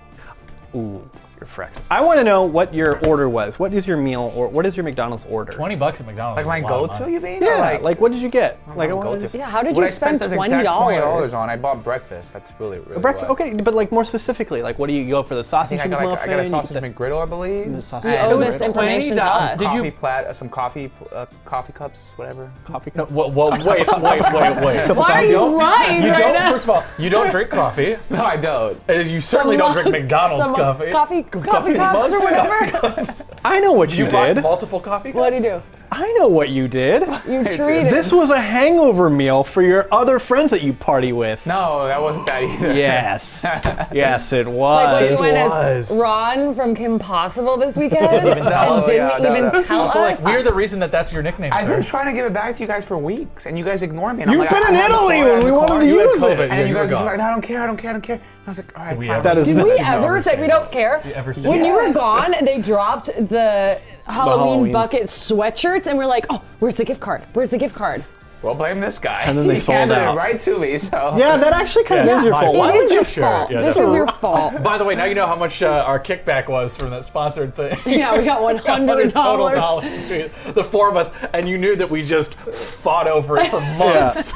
Ooh, your frex. I want to know what your order was. What is your meal or what is your McDonald's order?
20 bucks at McDonald's.
Like my
is a lot of
go-to,
money.
you mean?
Yeah,
Or
like, what did you get? Like
my
I wanted-
go-to.
yeah, how did
What
you
I
spend
those exact
$20?
on? I bought breakfast. That's really really.
Breakfast.
what-
Okay, but like more specifically, like what do you go for the
I
sausage
think I got, like, I
McMuffin?
got a
You
sausage
get the-
McGriddle, I believe.
the sausage
And
McGriddle.
owe
Oh,
this
$20.
information to us.
Did you-
coffee plat, uh, some coffee, uh, coffee cups, whatever.
coffee cup.
Whoa, whoa, wait, wait, wait, wait.
Why are you
don't-
lying
You
right
don't,
now?
first of all, you don't drink coffee.
No, I don't.
Uh, You certainly don't drink
mug-
McDonald's
some mug-
coffee.
coffee- coffee cups or
mugs,
whatever.
coffee cups.
I know what you,
You bought
did.
multiple coffee cups?
What do you do?
I know what you did.
You treated.
This was a hangover meal for your other friends that you party with.
No, that wasn't that either.
Yes. yes, it was.
Like when you went
was.
as Ron from Kim Possible this weekend and
tell us.
didn't
Yeah, no,
even
no.
tell
Also, like,
us.
we're the reason that that's your nickname,
I've
sir.
been trying to give it back to you guys for weeks, and you guys ignore me. And
You've
I'm like,
been
I-
in
I have the
Italy
car, I
when
have
we
the
wanted
car.
to
You had
use
COVID.
it.
And then
Yeah,
you
you
guys
were
were
gone.
like, "No, I don't care, I don't care, I don't care. I was like, all right,
we
fine.
ever-
That is
Did
not-
we
it's not
ever
the
say
same.
we don't care?
ever said
when you were
Yes.
gone, they dropped the Halloween,
Halloween.
bucket sweatshirts, and we're like, oh, where's the gift card? Where's the gift card?
Well, blame this guy.
And then they
he
sold
handed
out.
it right to me. So
Yeah, that actually kind of
Yeah,
is your
my
fault.
fault.
Why
It
would
is
you
your
your
shirt.
fault.
Yeah,
this
that's
is your fault.
By the way, now you know how much uh, our kickback was from that sponsored thing.
Yeah, we got one hundred
total
dollars.
dollars to the four of us, and you knew that we just fought over it for months.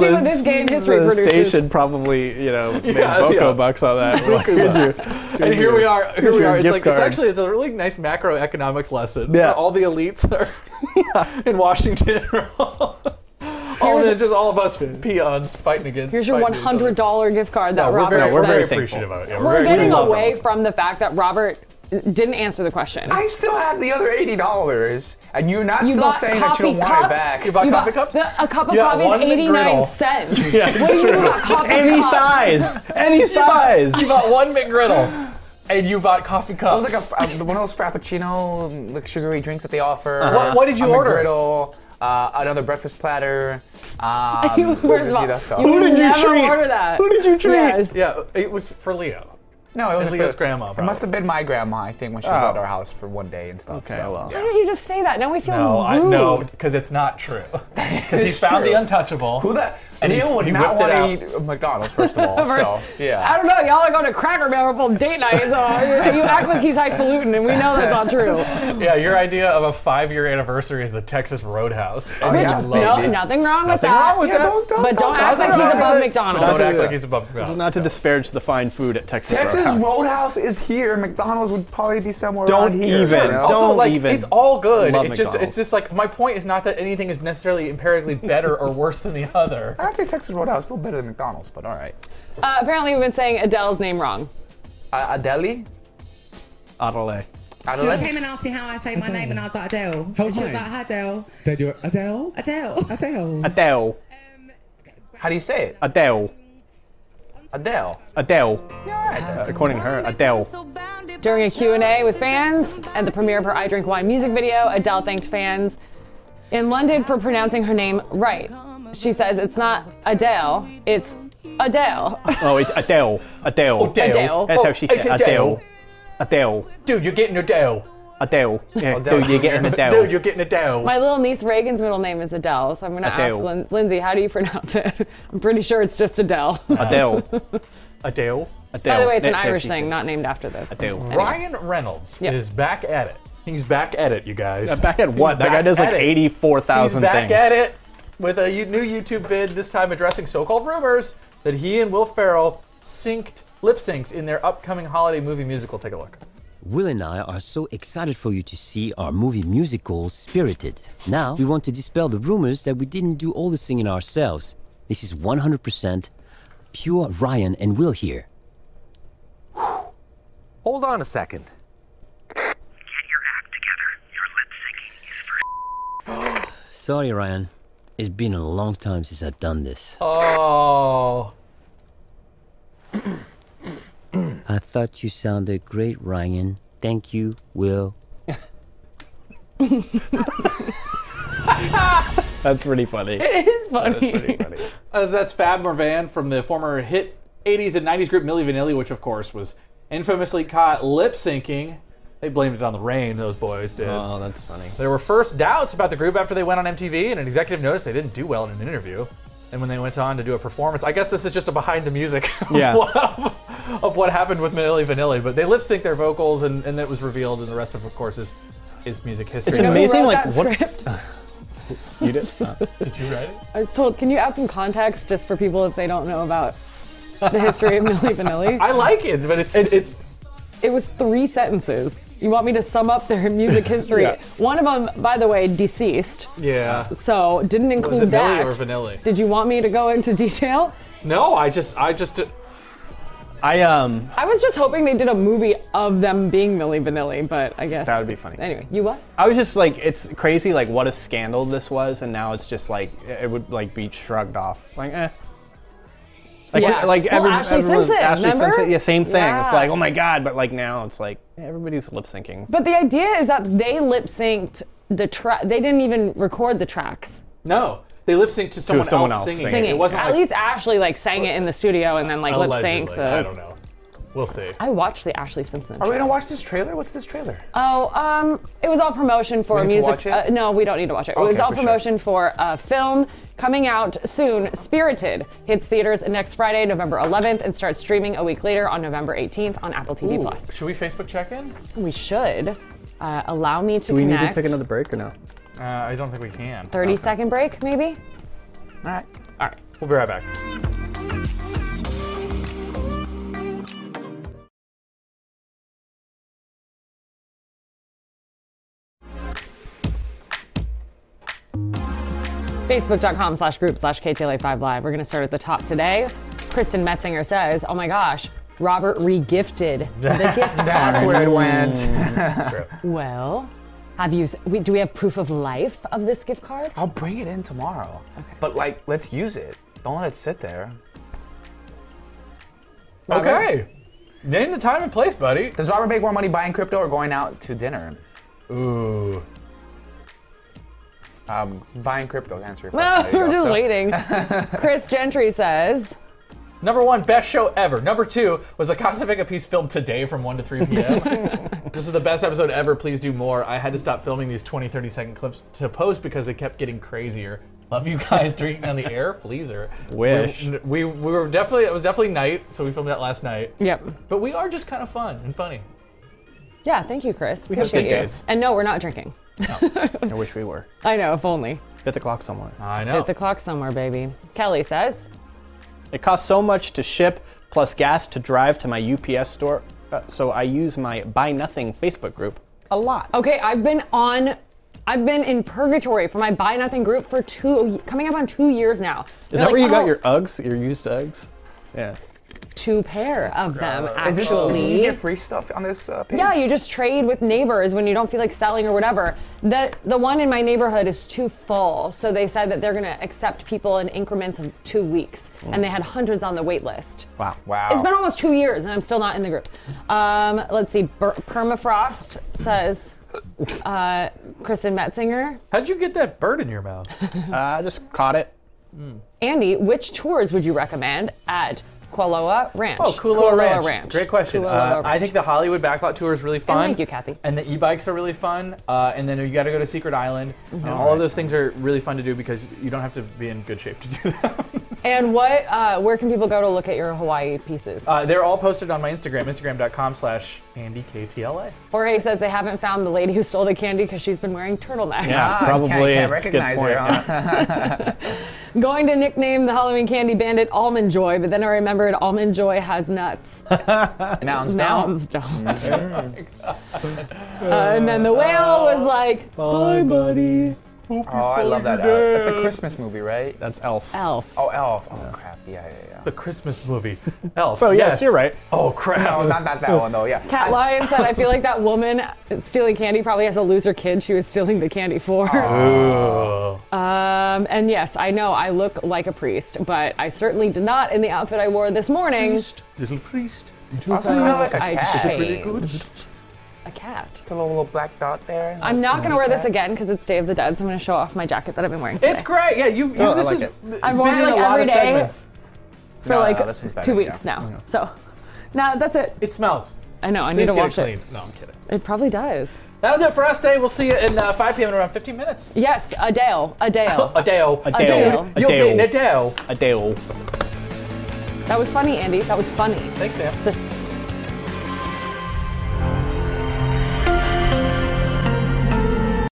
We'll see
the-
what this game history
the
produces.
station probably, you know, made
Yeah,
Boko
yeah.
bucks on that. Like, here's your-
and
here's
here
your-
we are. Here
here's
we
your
are. It's
gift
like it's
card.
actually it's a really nice macroeconomics lesson.
Yeah.
where all the elites are in Washington. are all all
Here's-
the- just all of us peons fighting against.
Here's your one
fighting each other.
hundred dollar gift card that
No, we're
Robert
very, we're
spent.
very
thankful.
appreciative of it. Yeah,
We're
very-
getting
we love
away
Robert.
from the fact that Robert didn't answer the question.
I still have the other eighty dollars, and you're not
you
still
bought
saying that
coffee
you don't
cups.
want it back.
You bought coffee cups?
the- a cup of
Yeah,
coffee
one
is eighty
McGriddle.
nine cents.
Yeah,
What do you mean about coffee
any
cups?
size, any size.
You bought one McGriddle, and you bought coffee
It
cups.
was like a, a, one of those frappuccino, like sugary drinks that they offer.
Uh-huh. What- what did you
a
order?
McGriddle, uh, another breakfast platter. Um,
You- First of all,
Vegeta sauce.
you
Who did you
never
treat?
order that.
Who did you treat?
Yes.
yeah, it was for Leo.
no, it was
Leo's
for-
grandma,
It
probably.
must have been my grandma, I think, when she was
Oh.
at our house for one day and stuff.
Okay,
so,
well.
yeah.
Why don't you just say that? Now we feel
Oh,
No,
rude.
I no, because it's not true. Because he
It's
found
true.
the untouchable.
Who the
And he-
Leo would
he
not
whipped it
want to eat McDonald's first of all. so
I
yeah.
don't know. Y'all are going to Cracker Barrel for date night. So you act like he's highfalutin, and we know that's not true.
Oh, Yeah, your idea of a five-year anniversary is the Texas Roadhouse. And
Which-
you
Yeah,
love
no,
it.
nothing wrong with
Nothing
that.
wrong with
Yeah,
that.
don't- don't-
but don't
don't-
act
don't-
like
don't-
he's above
don't-
Don't
McDonald's.
act like he's above ground.
Not to disparage the fine food at Texas.
Texas
Roadhouse.
Roadhouse is here. McDonald's would probably be somewhere around
Don't
here.
even.
you know?
Don't-
also, like
even.
it's all good.
Love
It's just
McDonald's.
it's just like my point is not that anything is necessarily empirically better or worse than the other.
I'd say Texas Roadhouse is a little better than McDonald's, but all right.
Uh, apparently, we've been saying Adele's name wrong.
Uh, Adeli?
Adelaide.
She
Adelaide?
came and asked me how I say my name, and I was like Adele. And she was
mine?
like Adele,
They do it. Adele?
Adele.
Adele.
Adele.
How do you say it?
Adele.
Adele.
Adele.
Yeah, all right.
Uh, according to her, Adele.
During a Q&A with fans at the premiere of her I Drink Wine music video, Adele thanked fans in London for pronouncing her name right. She says it's not Adele, it's Adele.
Oh, it's Adele. Adele.
Adele.
Adele.
That's how she
Oh,
said
it's
it. Adele. Adele.
Dude, you're getting Adele.
Adele. Yeah,
Adele.
dude, you're getting Adele.
Dude, you're getting Adele.
My little niece Reagan's middle name is Adele, so I'm going to ask
Adele.
Lin- Lindsay, how do you pronounce it? I'm pretty sure it's just Adele.
Adele.
Adele.
Adele.
By the way, it's an
That's how
Irish
she
thing,
said
not named after this.
it. Adele.
Ryan Reynolds
Yep.
is back at it. He's back at it, you guys.
Uh, Back at what?
He's
That guy
back
does like
at it.
84,000
He's back
things.
at it with a u- new YouTube vid, this time addressing so-called rumors that he and Will Ferrell synced, lip-synced in their upcoming holiday movie musical. Take a look.
Will and I are so excited for you to see our movie musical, Spirited. Now, we want to dispel the rumors that we didn't do all the singing ourselves. This is 100% pure Ryan and Will here.
Hold on a second.
Sorry, Ryan. It's been a long time since I've done this.
Oh,
I thought you sounded great, Ryan. Thank you, Will.
That's pretty funny.
It is funny.
Pretty funny.
Uh, that's Fab Morvan from the former hit 80s and 90s group Milli Vanilli, which of course was infamously caught lip-syncing. They blamed it on the rain. Those boys did.
Oh, that's funny.
There were first doubts about the group after they went on MTV, and an executive noticed they didn't do well in an interview. And when they went on to do a performance, I guess this is just a behind the music of,
Yeah.
what, of what happened with Milli Vanilli. But they lip sync their vocals, and, and that was revealed, and the rest of, of course, is, is music history.
It's
Who
amazing,
wrote
like,
that
what-
script?
You did? Uh,
Did you write it?
I was told, can you add some context just for people if they don't know about the history of Milli Vanilli?
I like it, but it's it's,
It was three sentences. You want me to sum up their music history?
Yeah.
One of them, by the way, deceased,
yeah.
so didn't
Was
include
it Milli
that.
or Vanilli?
Did you want me to go into detail?
No, I just I just
I um
I was just hoping they did a movie of them being Millie Vanilli, but I guess
That would be funny.
Anyway, you what?
I was just like, it's crazy. Like, what a scandal this was, and now it's just like it would like be shrugged off. Like, eh. Like,
Yeah.
like
Well,
every,
Ashley
everyone's-
Simpson,
Ashley
remember?
Simpson, yeah, same thing. It's
Yeah.
like, oh my god, but like now it's like everybody's lip syncing.
But the idea is that they lip synced the track. They didn't even record the tracks.
No, they lip synced to someone,
someone
else,
else
singing.
Singing.
It wasn't
At
like
least Ashley like sang it in the studio and then like lip synced.
allegedly.
The...
I don't know. We'll see.
I watched the Ashley Simpson.
Are we
show.
gonna watch this trailer? What's this trailer?
Oh, um, it was all promotion for
We
a
need to
music.
watch it?
Uh, no, we don't need to watch it. it was
Okay,
all
for sure.
promotion for a film coming out soon. Spirited hits theaters next Friday, November 11th, and starts streaming a week later on November 18th on Apple TV
Ooh,
Plus.
Should we Facebook check in?
We should uh, allow me to
Do we need
connect.
to take another break or no?
Uh, I don't think we can.
30 second break, maybe. All right.
All right, we'll be right back.
Facebook.com slash group slash KTLA5 Live. We're going to start at the top today. Kristen Metzinger says, Oh my gosh, Robert regifted the gift card.
That's where it went. That's
true.
Well, have you? We, do we have proof of life of this gift card?
I'll bring it in tomorrow. But like, let's use it. Don't let it sit there.
Okay. Name the time and place, buddy.
Does Robert make more money buying crypto or going out to dinner?
Ooh.
Um, buying crypto to answer your
Well,
question. There you go.
we're just
So-
waiting. Chris Gentry says,
Number one, best show ever. Number two was the Casa Vega piece filmed today from 1 to 3 p.m. this is the best episode ever. Please do more. I had to stop filming these 20, 30 second clips to post because they kept getting crazier. Love you guys drinking on the air, Fleaser.
Wish.
We, we, we were definitely, it was definitely night, so we filmed that last night.
Yep.
But we are just kind of fun and funny.
Yeah, thank you, Chris. We
have
appreciate
good
you.
days.
And no, we're not drinking.
I wish we were.
I know, if only.
Fit the clock somewhere.
I
Fit the clock somewhere, baby. Kelly says,
It costs so much to ship, plus gas to drive to my UPS store. Uh, so I use my Buy Nothing Facebook group. A lot.
Okay, I've been on, I've been in purgatory for my Buy Nothing group for two, coming up on two years now.
Is
They're
that
like,
where you got
"Oh,
your Uggs, your used Uggs? Yeah.
two pair of them?
Is this
actually.
you get free stuff on this uh, page?
Yeah, you just trade with neighbors when you don't feel like selling or whatever. The the one in my neighborhood is too full, so they said that they're gonna accept people in increments of two weeks, and they had hundreds on the wait list.
Wow.
Wow.
It's been almost two years, and I'm still not in the group. Um, let's see. Ber- Permafrost says, uh, Kristen Metzinger,
How'd you get that bird in your mouth?
I just caught it.
Andy, which tours would you recommend at Kualoa Ranch?
Oh, Kualoa Ranch.
Ranch.
Great question.
Kualoa
Uh, I think the Hollywood Backlot Tour is really fun.
thank you, Kathy.
And the e-bikes are really fun. Uh, and then you got to go to Secret Island.
Mm-hmm.
And all of those things are really fun to do because you don't have to be in good shape to do them.
And what? Uh, where can people go to look at your Hawaii pieces?
Uh, they're all posted on my Instagram, instagram.com slash AndyKTLA.
Jorge says they haven't found the lady who stole the candy because she's been wearing turtlenecks.
Yeah,
Ah,
probably.
Can't, can't
It's a good
recognize uh, her.
point,
huh?
Going to nickname the Halloween candy bandit Almond Joy, but then I remembered Almond Joy has nuts.
Nouns down.
Mounds don't. Uh, and then the whale was like,
Bye, buddy.
Oh, I love that. Uh, that's the Christmas movie, right?
That's Elf.
elf.
Oh, Elf. Oh, crap. Yeah, yeah, yeah.
The Christmas movie. Elf.
Oh, yes, you're right.
Oh, crap.
No, not, not that one though. Yeah.
Cat Lion said, I feel like that woman stealing candy probably has a loser kid she was stealing the candy for.
Oh.
Um, and yes, I know I look like a priest, but I certainly did not in the outfit I wore this morning.
Little priest.
Also kind of like a
I
cat.
changed. A cat.
The little, little black dot there.
I'm not going to wear this
cat.
again because it's Day of the Dead, so I'm going to show off my jacket that I've been wearing today.
It's great. Yeah, you, you
Oh, I
this
like
is
it.
I've
been
worn it,
in
like,
a lot
every
of
day.
segments.
for
No, no,
like
no, this one's better,
two
yeah. Mm-hmm.
weeks now. So now that's it.
It smells.
I know, I
Please
need to
get
wash
it
it.
cleaned. No, I'm kidding.
It probably does.
That'll do it for us today. We'll see you in uh, 5 p.m. in around 15 minutes.
Yes, Adele. Adele.
Adele.
Adele.
Adele.
You'll get an
Adele.
Adele.
Adele.
that was funny, Andy. That was funny.
Thanks, Sam.
This-